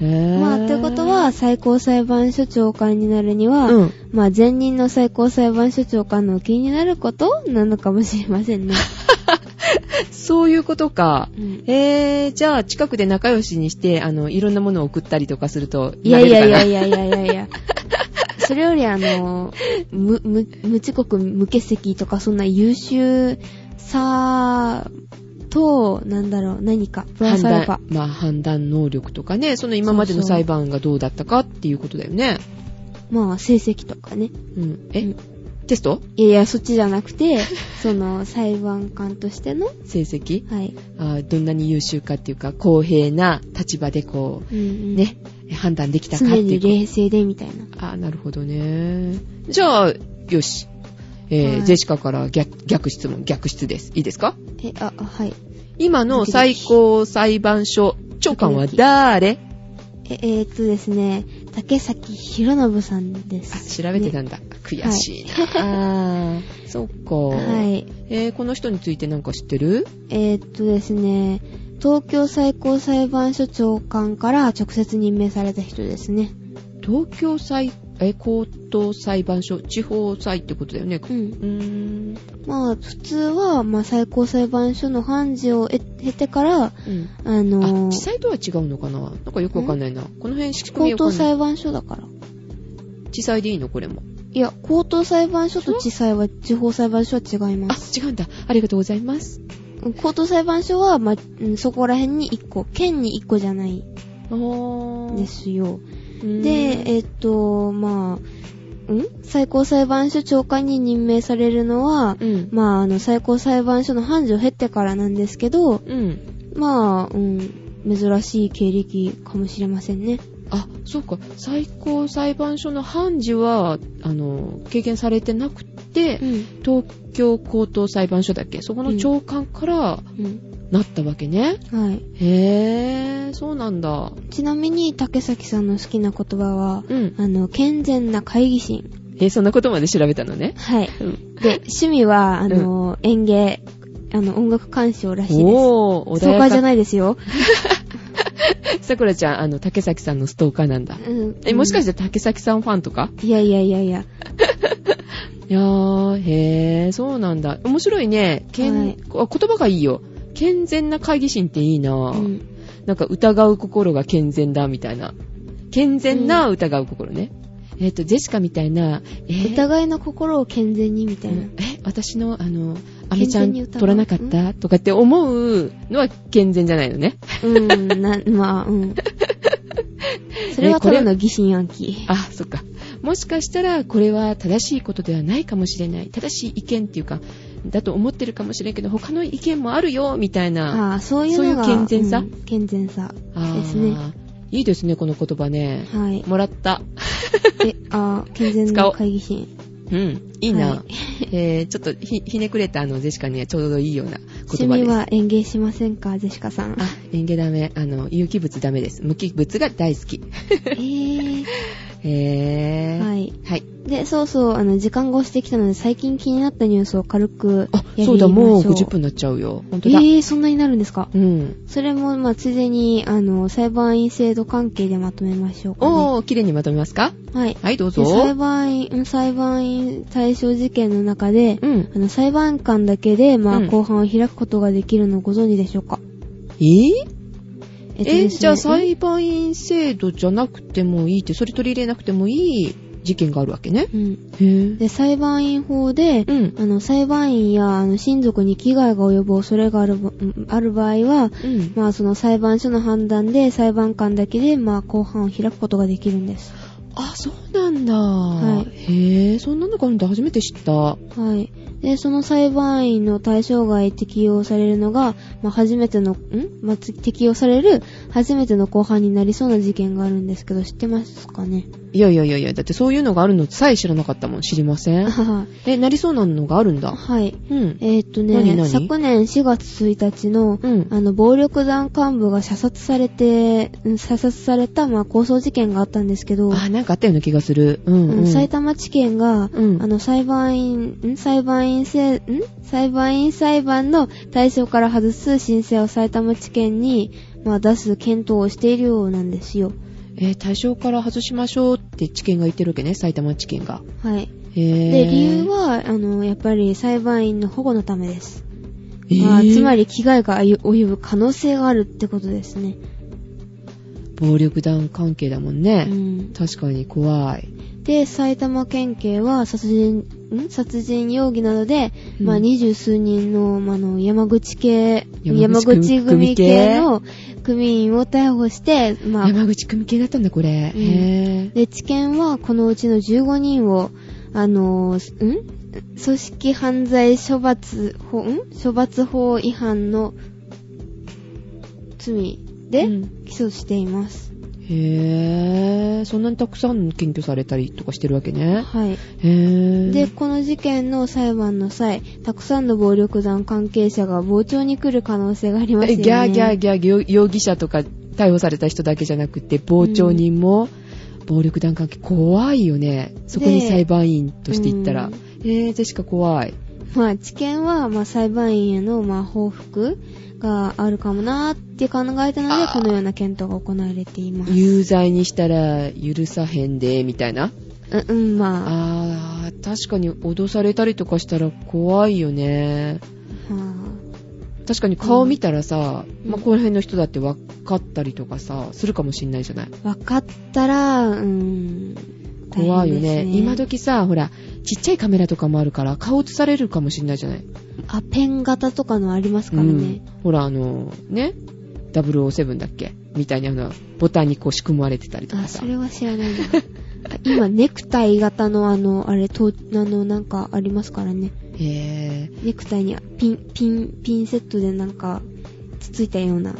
[SPEAKER 1] へー。
[SPEAKER 2] まあ、ということは、最高裁判所長官になるには、
[SPEAKER 1] うん
[SPEAKER 2] まあ、前任の最高裁判所長官の気になることなのかもしれませ んね。
[SPEAKER 1] そういうことか。
[SPEAKER 2] うん
[SPEAKER 1] えー、じゃあ近くで仲良しにして、あの、いろんなものを送ったりとかすると、
[SPEAKER 2] いやいやいやい
[SPEAKER 1] や。
[SPEAKER 2] やいやいやいや。それよりあの、無、無、無遅刻無欠席とかそんな優秀さと、なんだろう、何か、プラ
[SPEAKER 1] 判
[SPEAKER 2] スアルファ
[SPEAKER 1] 断。、まあ判断能力とかね、その今までの
[SPEAKER 2] そうそう
[SPEAKER 1] 裁判がどうだったかっていうことだよね。
[SPEAKER 2] まあ、成績とかね。
[SPEAKER 1] うん。え、
[SPEAKER 2] うん
[SPEAKER 1] テスト
[SPEAKER 2] いやいや、そっちじゃなくて、その、裁判官としての、
[SPEAKER 1] 成績
[SPEAKER 2] はい。
[SPEAKER 1] あーどんなに優秀かっていうか、公平な立場でこ
[SPEAKER 2] うんう
[SPEAKER 1] う、
[SPEAKER 2] ん、
[SPEAKER 1] ね、判断できたかっ
[SPEAKER 2] 常
[SPEAKER 1] て
[SPEAKER 2] に
[SPEAKER 1] いう
[SPEAKER 2] 冷静でみたい
[SPEAKER 1] あ
[SPEAKER 2] な。
[SPEAKER 1] ーなるほどね。じゃあ、よし。えー
[SPEAKER 2] はい
[SPEAKER 1] ジェシカから逆逆質問、逆質です。いいですか
[SPEAKER 2] え、あ、あはい。
[SPEAKER 1] 今の最高裁判所長官は誰
[SPEAKER 2] え、えーっとですね、竹崎博信さんで
[SPEAKER 1] あ、
[SPEAKER 2] す。
[SPEAKER 1] 調べてたんだ。悔しい な。あーそうか。
[SPEAKER 2] はい。
[SPEAKER 1] えーこの人についてなんか知ってる
[SPEAKER 2] えーっとですね、東京最高裁判所長官から直接任命された人ですね。
[SPEAKER 1] 東京裁、え、高等裁判所、地方裁ってことだよね。
[SPEAKER 2] う。
[SPEAKER 1] うんーん。
[SPEAKER 2] まあ、普通は、まあ、最高裁判所の判事を得経てから、
[SPEAKER 1] うん。
[SPEAKER 2] あ
[SPEAKER 1] あ、
[SPEAKER 2] の
[SPEAKER 1] 地裁とは違うのかななんかよくわかんないな。この辺仕組み
[SPEAKER 2] 高
[SPEAKER 1] よくわかん
[SPEAKER 2] 等
[SPEAKER 1] ない。
[SPEAKER 2] 裁判所だから。
[SPEAKER 1] 地裁でいいのこれも。
[SPEAKER 2] いや、高等裁判所と地裁は、地方裁判所は違いま
[SPEAKER 1] あ
[SPEAKER 2] す。、
[SPEAKER 1] 違うんだ。ありがとうございます。
[SPEAKER 2] 高等裁判所は、まあ、うんそこら辺に1個、県に1個じゃない
[SPEAKER 1] お
[SPEAKER 2] んですよ。で、
[SPEAKER 1] で、
[SPEAKER 2] えっと、まあ、ん最高裁判所長官に任命されるのは、
[SPEAKER 1] うん。
[SPEAKER 2] まあ、あの、最高裁判所の判事を経ってからなんですけ
[SPEAKER 1] う
[SPEAKER 2] ど、
[SPEAKER 1] ん。
[SPEAKER 2] まあ、うん、珍しい経歴かもしれませんね。
[SPEAKER 1] あ、そうか。最高裁判所の判事は、あの、経験されてなくて、
[SPEAKER 2] うん。
[SPEAKER 1] 東京高等裁判所だっけそこの長官から
[SPEAKER 2] うん。
[SPEAKER 1] なったわけね。
[SPEAKER 2] はい。
[SPEAKER 1] へぇー、そうなんだ。
[SPEAKER 2] ちなみに、竹崎さんの好きな言葉は、
[SPEAKER 1] うん。
[SPEAKER 2] あの、健全な会議心。
[SPEAKER 1] え、そんなことまで調べたのね。
[SPEAKER 2] はい。
[SPEAKER 1] うん。
[SPEAKER 2] で、趣味は、あの、演芸、あの、音楽鑑賞らしいです。
[SPEAKER 1] おー、
[SPEAKER 2] ストーカーじゃ
[SPEAKER 1] い。
[SPEAKER 2] ないですよ。
[SPEAKER 1] さくらちゃん、あの、竹崎さんのストーカーなんだ。
[SPEAKER 2] うん
[SPEAKER 1] え、もしかして竹崎さんファンとか
[SPEAKER 2] いやいやいやいや。
[SPEAKER 1] いやー、へー、そうなんだ。面白いね。けん
[SPEAKER 2] はい
[SPEAKER 1] あ言葉がいいよ。健全な会議心っていいなぁ、
[SPEAKER 2] うん
[SPEAKER 1] なんか疑う心が健全だ、みたいな。健全な疑う心ね。えっ、と、ジェシカみたいな、えー
[SPEAKER 2] 疑いの心を健全にみたいな。
[SPEAKER 1] え、私の、あの、アメちゃ
[SPEAKER 2] 健全に
[SPEAKER 1] ん
[SPEAKER 2] 疑う
[SPEAKER 1] 取らなかったとかって思うのは健全じゃないのね。
[SPEAKER 2] うん、な、まあ、 うん。それはただの疑心暗鬼。
[SPEAKER 1] あ、そっか。もしかしたら、これは正しいことではないかもしれない。正しい意見っていうか、だと思ってるかもしれんけど、他の意見もあるよ、みたいな。
[SPEAKER 2] ああ、そういうのが。
[SPEAKER 1] そういう健全さ
[SPEAKER 2] うん健全さ。
[SPEAKER 1] あー
[SPEAKER 2] ですね
[SPEAKER 1] いいですね、この言葉ね。
[SPEAKER 2] はい。
[SPEAKER 1] もらった。
[SPEAKER 2] え、ああ、健全
[SPEAKER 1] 使お
[SPEAKER 2] な
[SPEAKER 1] う
[SPEAKER 2] 会議心。
[SPEAKER 1] うん、いいな。
[SPEAKER 2] はい
[SPEAKER 1] えー、ちょっとひひねくれたあのジェシカにはちょうどいいような
[SPEAKER 2] 趣
[SPEAKER 1] 言葉
[SPEAKER 2] 味
[SPEAKER 1] です。
[SPEAKER 2] は演芸しませんか、ジェシカさん。
[SPEAKER 1] あ、園芸ダメ。あの、有機物ダメです。無機物が大好き。
[SPEAKER 2] えー。
[SPEAKER 1] へー。
[SPEAKER 2] はい。
[SPEAKER 1] はい。
[SPEAKER 2] で、そうそう、あの、時間が押してきたので、最近気になったニュースを軽くや
[SPEAKER 1] あ
[SPEAKER 2] りま、しょ
[SPEAKER 1] そうだ、もう50分になっちゃうよ。ほんとだ。
[SPEAKER 2] えー、そんなになるんですか
[SPEAKER 1] うん。
[SPEAKER 2] それも、まあ、ついでに、あの、裁判員制度関係でまとめましょうか、ね。
[SPEAKER 1] おー、綺麗にまとめますか
[SPEAKER 2] はい。
[SPEAKER 1] はい、どう
[SPEAKER 2] で裁
[SPEAKER 1] ぞ。
[SPEAKER 2] 判員、うん裁判員対象事件の中で、
[SPEAKER 1] うん。
[SPEAKER 2] あの、裁判官だけで、まあ、
[SPEAKER 1] うん
[SPEAKER 2] 公判を開くことができるのをご存知でしょうか
[SPEAKER 1] えー
[SPEAKER 2] えっと
[SPEAKER 1] え
[SPEAKER 2] ですね
[SPEAKER 1] じゃあ裁判員制度じゃなくてもいいって、それ取り入れなくてもいい事件があるわけね。
[SPEAKER 2] うん。
[SPEAKER 1] へー。
[SPEAKER 2] で、裁判員法で
[SPEAKER 1] う、ん。
[SPEAKER 2] あの、裁判員や、あの、親族に危害が及ぶ恐れがあるば、うんある場合は、
[SPEAKER 1] うん。
[SPEAKER 2] まあその裁判所の判断で裁判官だけでまあ公判を開くことができるんです。
[SPEAKER 1] あ、そうなんだ。
[SPEAKER 2] は
[SPEAKER 1] へえ、そんなのがあるんだ。初めて知った。
[SPEAKER 2] はい。で、その裁判員の対象外へ適用されるのが、まあ初めての、んまあつ適用される初めての公判になりそうな事件があるんですけど、知ってますかね
[SPEAKER 1] いやいやいやいや、だってそういうのがあるのさえ知らなかったもん。知りません。
[SPEAKER 2] は
[SPEAKER 1] え、なりそうなのがあるんだ。
[SPEAKER 2] い。
[SPEAKER 1] うん。
[SPEAKER 2] えーっと
[SPEAKER 1] 何
[SPEAKER 2] ね、
[SPEAKER 1] 何
[SPEAKER 2] 昨年4月1日の、
[SPEAKER 1] うん。
[SPEAKER 2] あの、暴力団幹部が射殺されて、うん射殺された、まあ、抗争事件があったんですけど、
[SPEAKER 1] あ、なんかあったような気がする。う
[SPEAKER 2] うん
[SPEAKER 1] ん、うん。
[SPEAKER 2] 埼玉地検が、
[SPEAKER 1] うん
[SPEAKER 2] あの、裁判員、ん裁判員制、ん裁判員裁判の対象から外す申請を埼玉地検に、まあ、出す検討をしているようなんですよ。
[SPEAKER 1] えー対象から外しましょうって知見が言ってるわけね。埼玉知見が。
[SPEAKER 2] はい。
[SPEAKER 1] へえ。
[SPEAKER 2] で、理由は、あの、やっぱり裁判員の保護のためです。
[SPEAKER 1] えー
[SPEAKER 2] まあ、つまり、危害が及及ぶ可能性があるってことですね。
[SPEAKER 1] 暴力団関係だもん
[SPEAKER 2] う
[SPEAKER 1] ね。
[SPEAKER 2] ん。
[SPEAKER 1] 確かに怖い。
[SPEAKER 2] で、埼玉県警は殺人、ん殺人容疑などで、
[SPEAKER 1] うん
[SPEAKER 2] まあ、二十数人の、まあ、あの、山口系、
[SPEAKER 1] 山
[SPEAKER 2] 山
[SPEAKER 1] 口
[SPEAKER 2] 口
[SPEAKER 1] 組
[SPEAKER 2] 組
[SPEAKER 1] 系
[SPEAKER 2] 系の組員を逮捕して、まあ、
[SPEAKER 1] 山口組系だったんだ、これ。
[SPEAKER 2] うん
[SPEAKER 1] へぇ
[SPEAKER 2] で、知見はこのうちの15人を、あのー、ん組織犯罪処罰法、ん処罰法違反の罪で
[SPEAKER 1] うん
[SPEAKER 2] 起訴しています。
[SPEAKER 1] へぇそんなにたくさん検挙されたりとかしてるわけね。
[SPEAKER 2] はい。
[SPEAKER 1] へぇ
[SPEAKER 2] で、この事件の裁判の際、たくさんの暴力団関係者が傍聴に来る可能性があります
[SPEAKER 1] え
[SPEAKER 2] よね。
[SPEAKER 1] ギャーギャーギャー容容疑者とか逮捕された人だけじゃなくて、傍聴人も、暴力団関係怖いよね。そこに
[SPEAKER 2] で
[SPEAKER 1] 裁判員として行ったら
[SPEAKER 2] うん。
[SPEAKER 1] へぇジェシカ怖い。
[SPEAKER 2] まあ、知見は、まあ、裁判員への、まあ、報復があるかもなーって考えたので、このような検討が行われています。
[SPEAKER 1] 有罪にしたら許さへんで、みたいな。
[SPEAKER 2] う、うん、まあ、
[SPEAKER 1] あー、確かに脅されたりとかしたら怖いよね。
[SPEAKER 2] まあ
[SPEAKER 1] 確かに顔見たらさ、
[SPEAKER 2] うん
[SPEAKER 1] まあ、この辺の人だって分かったりとかさ、するかもしんないじゃない。
[SPEAKER 2] 分かったら、うん、
[SPEAKER 1] 怖いよね。
[SPEAKER 2] 大変です
[SPEAKER 1] 今時さ、ほら、ちっちゃいカメラとかもあるから、顔映されるかもしんないじゃない。
[SPEAKER 2] あ、ペン型とかのありますからね。
[SPEAKER 1] うんほら、あの、ね、007だっけみたいにあの、ボタンにこう仕組まれてたりとか
[SPEAKER 2] あ、
[SPEAKER 1] さ。
[SPEAKER 2] それは知らない な。あ今、ネクタイ型のあの、あれ、と、あの、なんかありますからね。
[SPEAKER 1] へぇ
[SPEAKER 2] ネクタイにピン、ピン、ピンセットでなんか、つついたような。うん。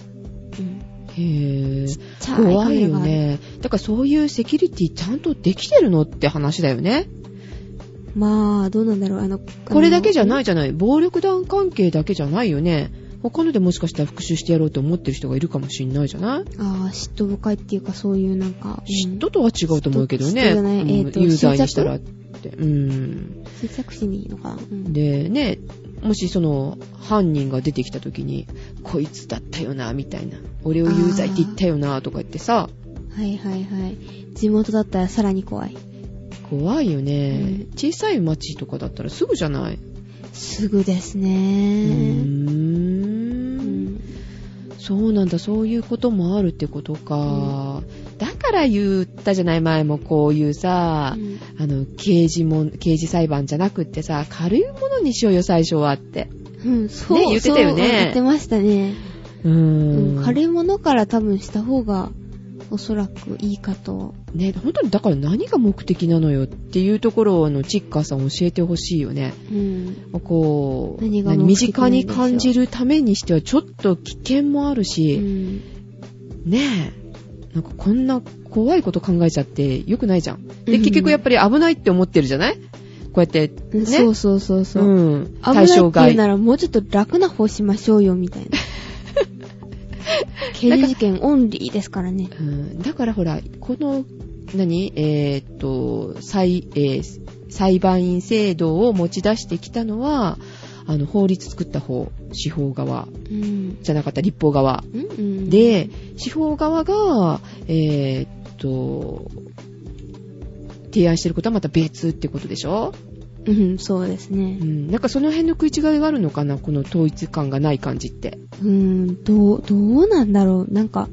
[SPEAKER 1] ー。へ
[SPEAKER 2] ちっ
[SPEAKER 1] ー。
[SPEAKER 2] ちゃいカメラがあ
[SPEAKER 1] 怖
[SPEAKER 2] る
[SPEAKER 1] いよね。だからそういうセキュリティちゃんとできてるのって話だよね。
[SPEAKER 2] まあ、どうなんだろう。あの、。
[SPEAKER 1] これだけじゃないいじゃない。暴力団関係だけじゃないよね。他のでもしかしたら復讐してやろうと思ってる人がいるかもしんないじゃない
[SPEAKER 2] ああ、嫉妬深いっていうか、そういうなんか。
[SPEAKER 1] 嫉妬とは違うと思うけど
[SPEAKER 2] 嫉
[SPEAKER 1] ね。
[SPEAKER 2] 妬じゃない
[SPEAKER 1] うん
[SPEAKER 2] えーと
[SPEAKER 1] 有罪にしたらって。うん。
[SPEAKER 2] うん、小さくしにいいのかな。うん、
[SPEAKER 1] で、ね、もしその犯人が出てきた時に、こいつだったよな、みたいな。俺を有罪って言ったよな、とか言ってさ、
[SPEAKER 2] はいはいはい。地元だったらさらに怖い。
[SPEAKER 1] 怖いよね
[SPEAKER 2] う。
[SPEAKER 1] 小さい町とかだったらすぐじゃない。
[SPEAKER 2] すぐです
[SPEAKER 1] う
[SPEAKER 2] ね。う
[SPEAKER 1] ーん。
[SPEAKER 2] ん
[SPEAKER 1] そうなんだ、そういうこともあるってことか。だから言ったじゃない、前もこういうさ、
[SPEAKER 2] うん
[SPEAKER 1] あの、刑事もん、刑事裁判じゃなくってさ、軽いものにしようよ、最初はって。
[SPEAKER 2] うん、そう、
[SPEAKER 1] ね言ってたよね
[SPEAKER 2] そう言ってましたね。
[SPEAKER 1] う
[SPEAKER 2] うん
[SPEAKER 1] ん。
[SPEAKER 2] 軽いものから多分した方が、おそらくいいかと。
[SPEAKER 1] ね、本当にだから何が目的なのよっていうところを、あの、チッカーさん教えてほしいよね。
[SPEAKER 2] うん。
[SPEAKER 1] こう、
[SPEAKER 2] 何が目的
[SPEAKER 1] 身近に感じるためにしては、ちょっと危険もある
[SPEAKER 2] う
[SPEAKER 1] し、
[SPEAKER 2] ん
[SPEAKER 1] ねえ、なんかこんな怖いこと考えちゃって良くないじゃん。で、
[SPEAKER 2] うん
[SPEAKER 1] 結局やっぱり危ないって思ってるじゃないこうやって、ね。
[SPEAKER 2] そうそうそうそう。
[SPEAKER 1] うん。
[SPEAKER 2] 危な
[SPEAKER 1] 対
[SPEAKER 2] いっ
[SPEAKER 1] 象
[SPEAKER 2] て言う
[SPEAKER 1] 外。
[SPEAKER 2] ならもうちょっと楽な方しましょうよ、みたい な。刑事事件オンリーですからね。
[SPEAKER 1] うんだからほら、この、何えーっと、裁、えー裁判員制度を持ち出してきたのは、あの、法律作った方、司法側、
[SPEAKER 2] うん。
[SPEAKER 1] じゃなかった、立法側。
[SPEAKER 2] うんうん、
[SPEAKER 1] で、司法側が、えーっと、提案してることはまた別ってことでしょ
[SPEAKER 2] うん、そうです
[SPEAKER 1] う
[SPEAKER 2] ね。
[SPEAKER 1] ん。なんかその辺の食い違いがあるのかなこの統一感がない感じって。
[SPEAKER 2] うん、どう、どうなんだろう。なんか、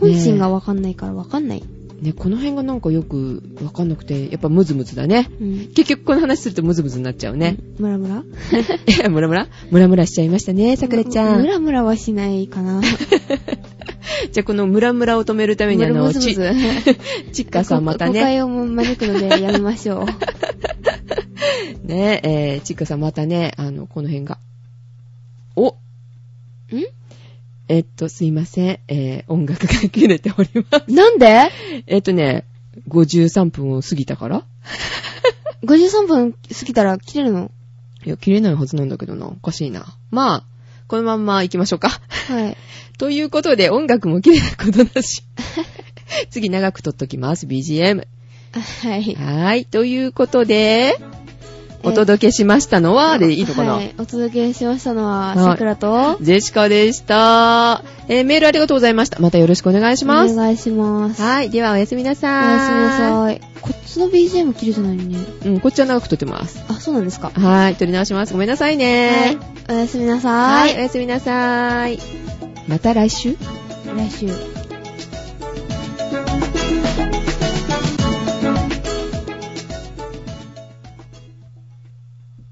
[SPEAKER 2] 本心がわかんないからわかんない。
[SPEAKER 1] ね、この辺がなんかよくわかんなくて、やっぱムズムズだね。
[SPEAKER 2] うん。
[SPEAKER 1] 結局この話するとムズムズになっちゃうね。
[SPEAKER 2] うん。ムラムラ
[SPEAKER 1] ムラムラムラムラしちゃいました ね、さくらちゃ
[SPEAKER 2] ム
[SPEAKER 1] ん。
[SPEAKER 2] ラムラはしない かな。
[SPEAKER 1] じゃあこのムラムラを止めるためにあの、
[SPEAKER 2] ムズム
[SPEAKER 1] ち
[SPEAKER 2] ズ
[SPEAKER 1] ち っかさんまた
[SPEAKER 2] 誤
[SPEAKER 1] ね、
[SPEAKER 2] 解を招くのでやめましょう。
[SPEAKER 1] ね、えー、ちっかさんまたね、あの、この辺が。お
[SPEAKER 2] ん
[SPEAKER 1] えっと、すいません。えー、音楽が切れております。
[SPEAKER 2] なんで
[SPEAKER 1] えっとね、53分を過ぎたから
[SPEAKER 2] ?53 分過ぎたら切れるの
[SPEAKER 1] いや、切れないはずなんだけどな。おかしいな。まあ、このまんま行きましょうか。
[SPEAKER 2] はい。
[SPEAKER 1] ということで、音楽も切れないことなし。 次長く撮っときます、BGM。
[SPEAKER 2] あはい。
[SPEAKER 1] はーい。ということで、お届けしましたのは、でいいのかな、
[SPEAKER 2] はい。お届けしましたのは、
[SPEAKER 1] はい
[SPEAKER 2] さくらと、
[SPEAKER 1] ジェシカでした。えーメールありがとうございました。またよろしくお願いし
[SPEAKER 2] お
[SPEAKER 1] ます。
[SPEAKER 2] 願いします。おや
[SPEAKER 1] はい。では、おやすみなさーい。
[SPEAKER 2] すみなさい。こっちの BGM 切れてないのね。
[SPEAKER 1] い。うん、こっちは長く撮ってます。
[SPEAKER 2] あ、そうなんですか。
[SPEAKER 1] はい。撮り直します。ごめんなさいね。
[SPEAKER 2] おやすみなさ。
[SPEAKER 1] はいい。おやすみなさーい。また来週
[SPEAKER 2] 来週。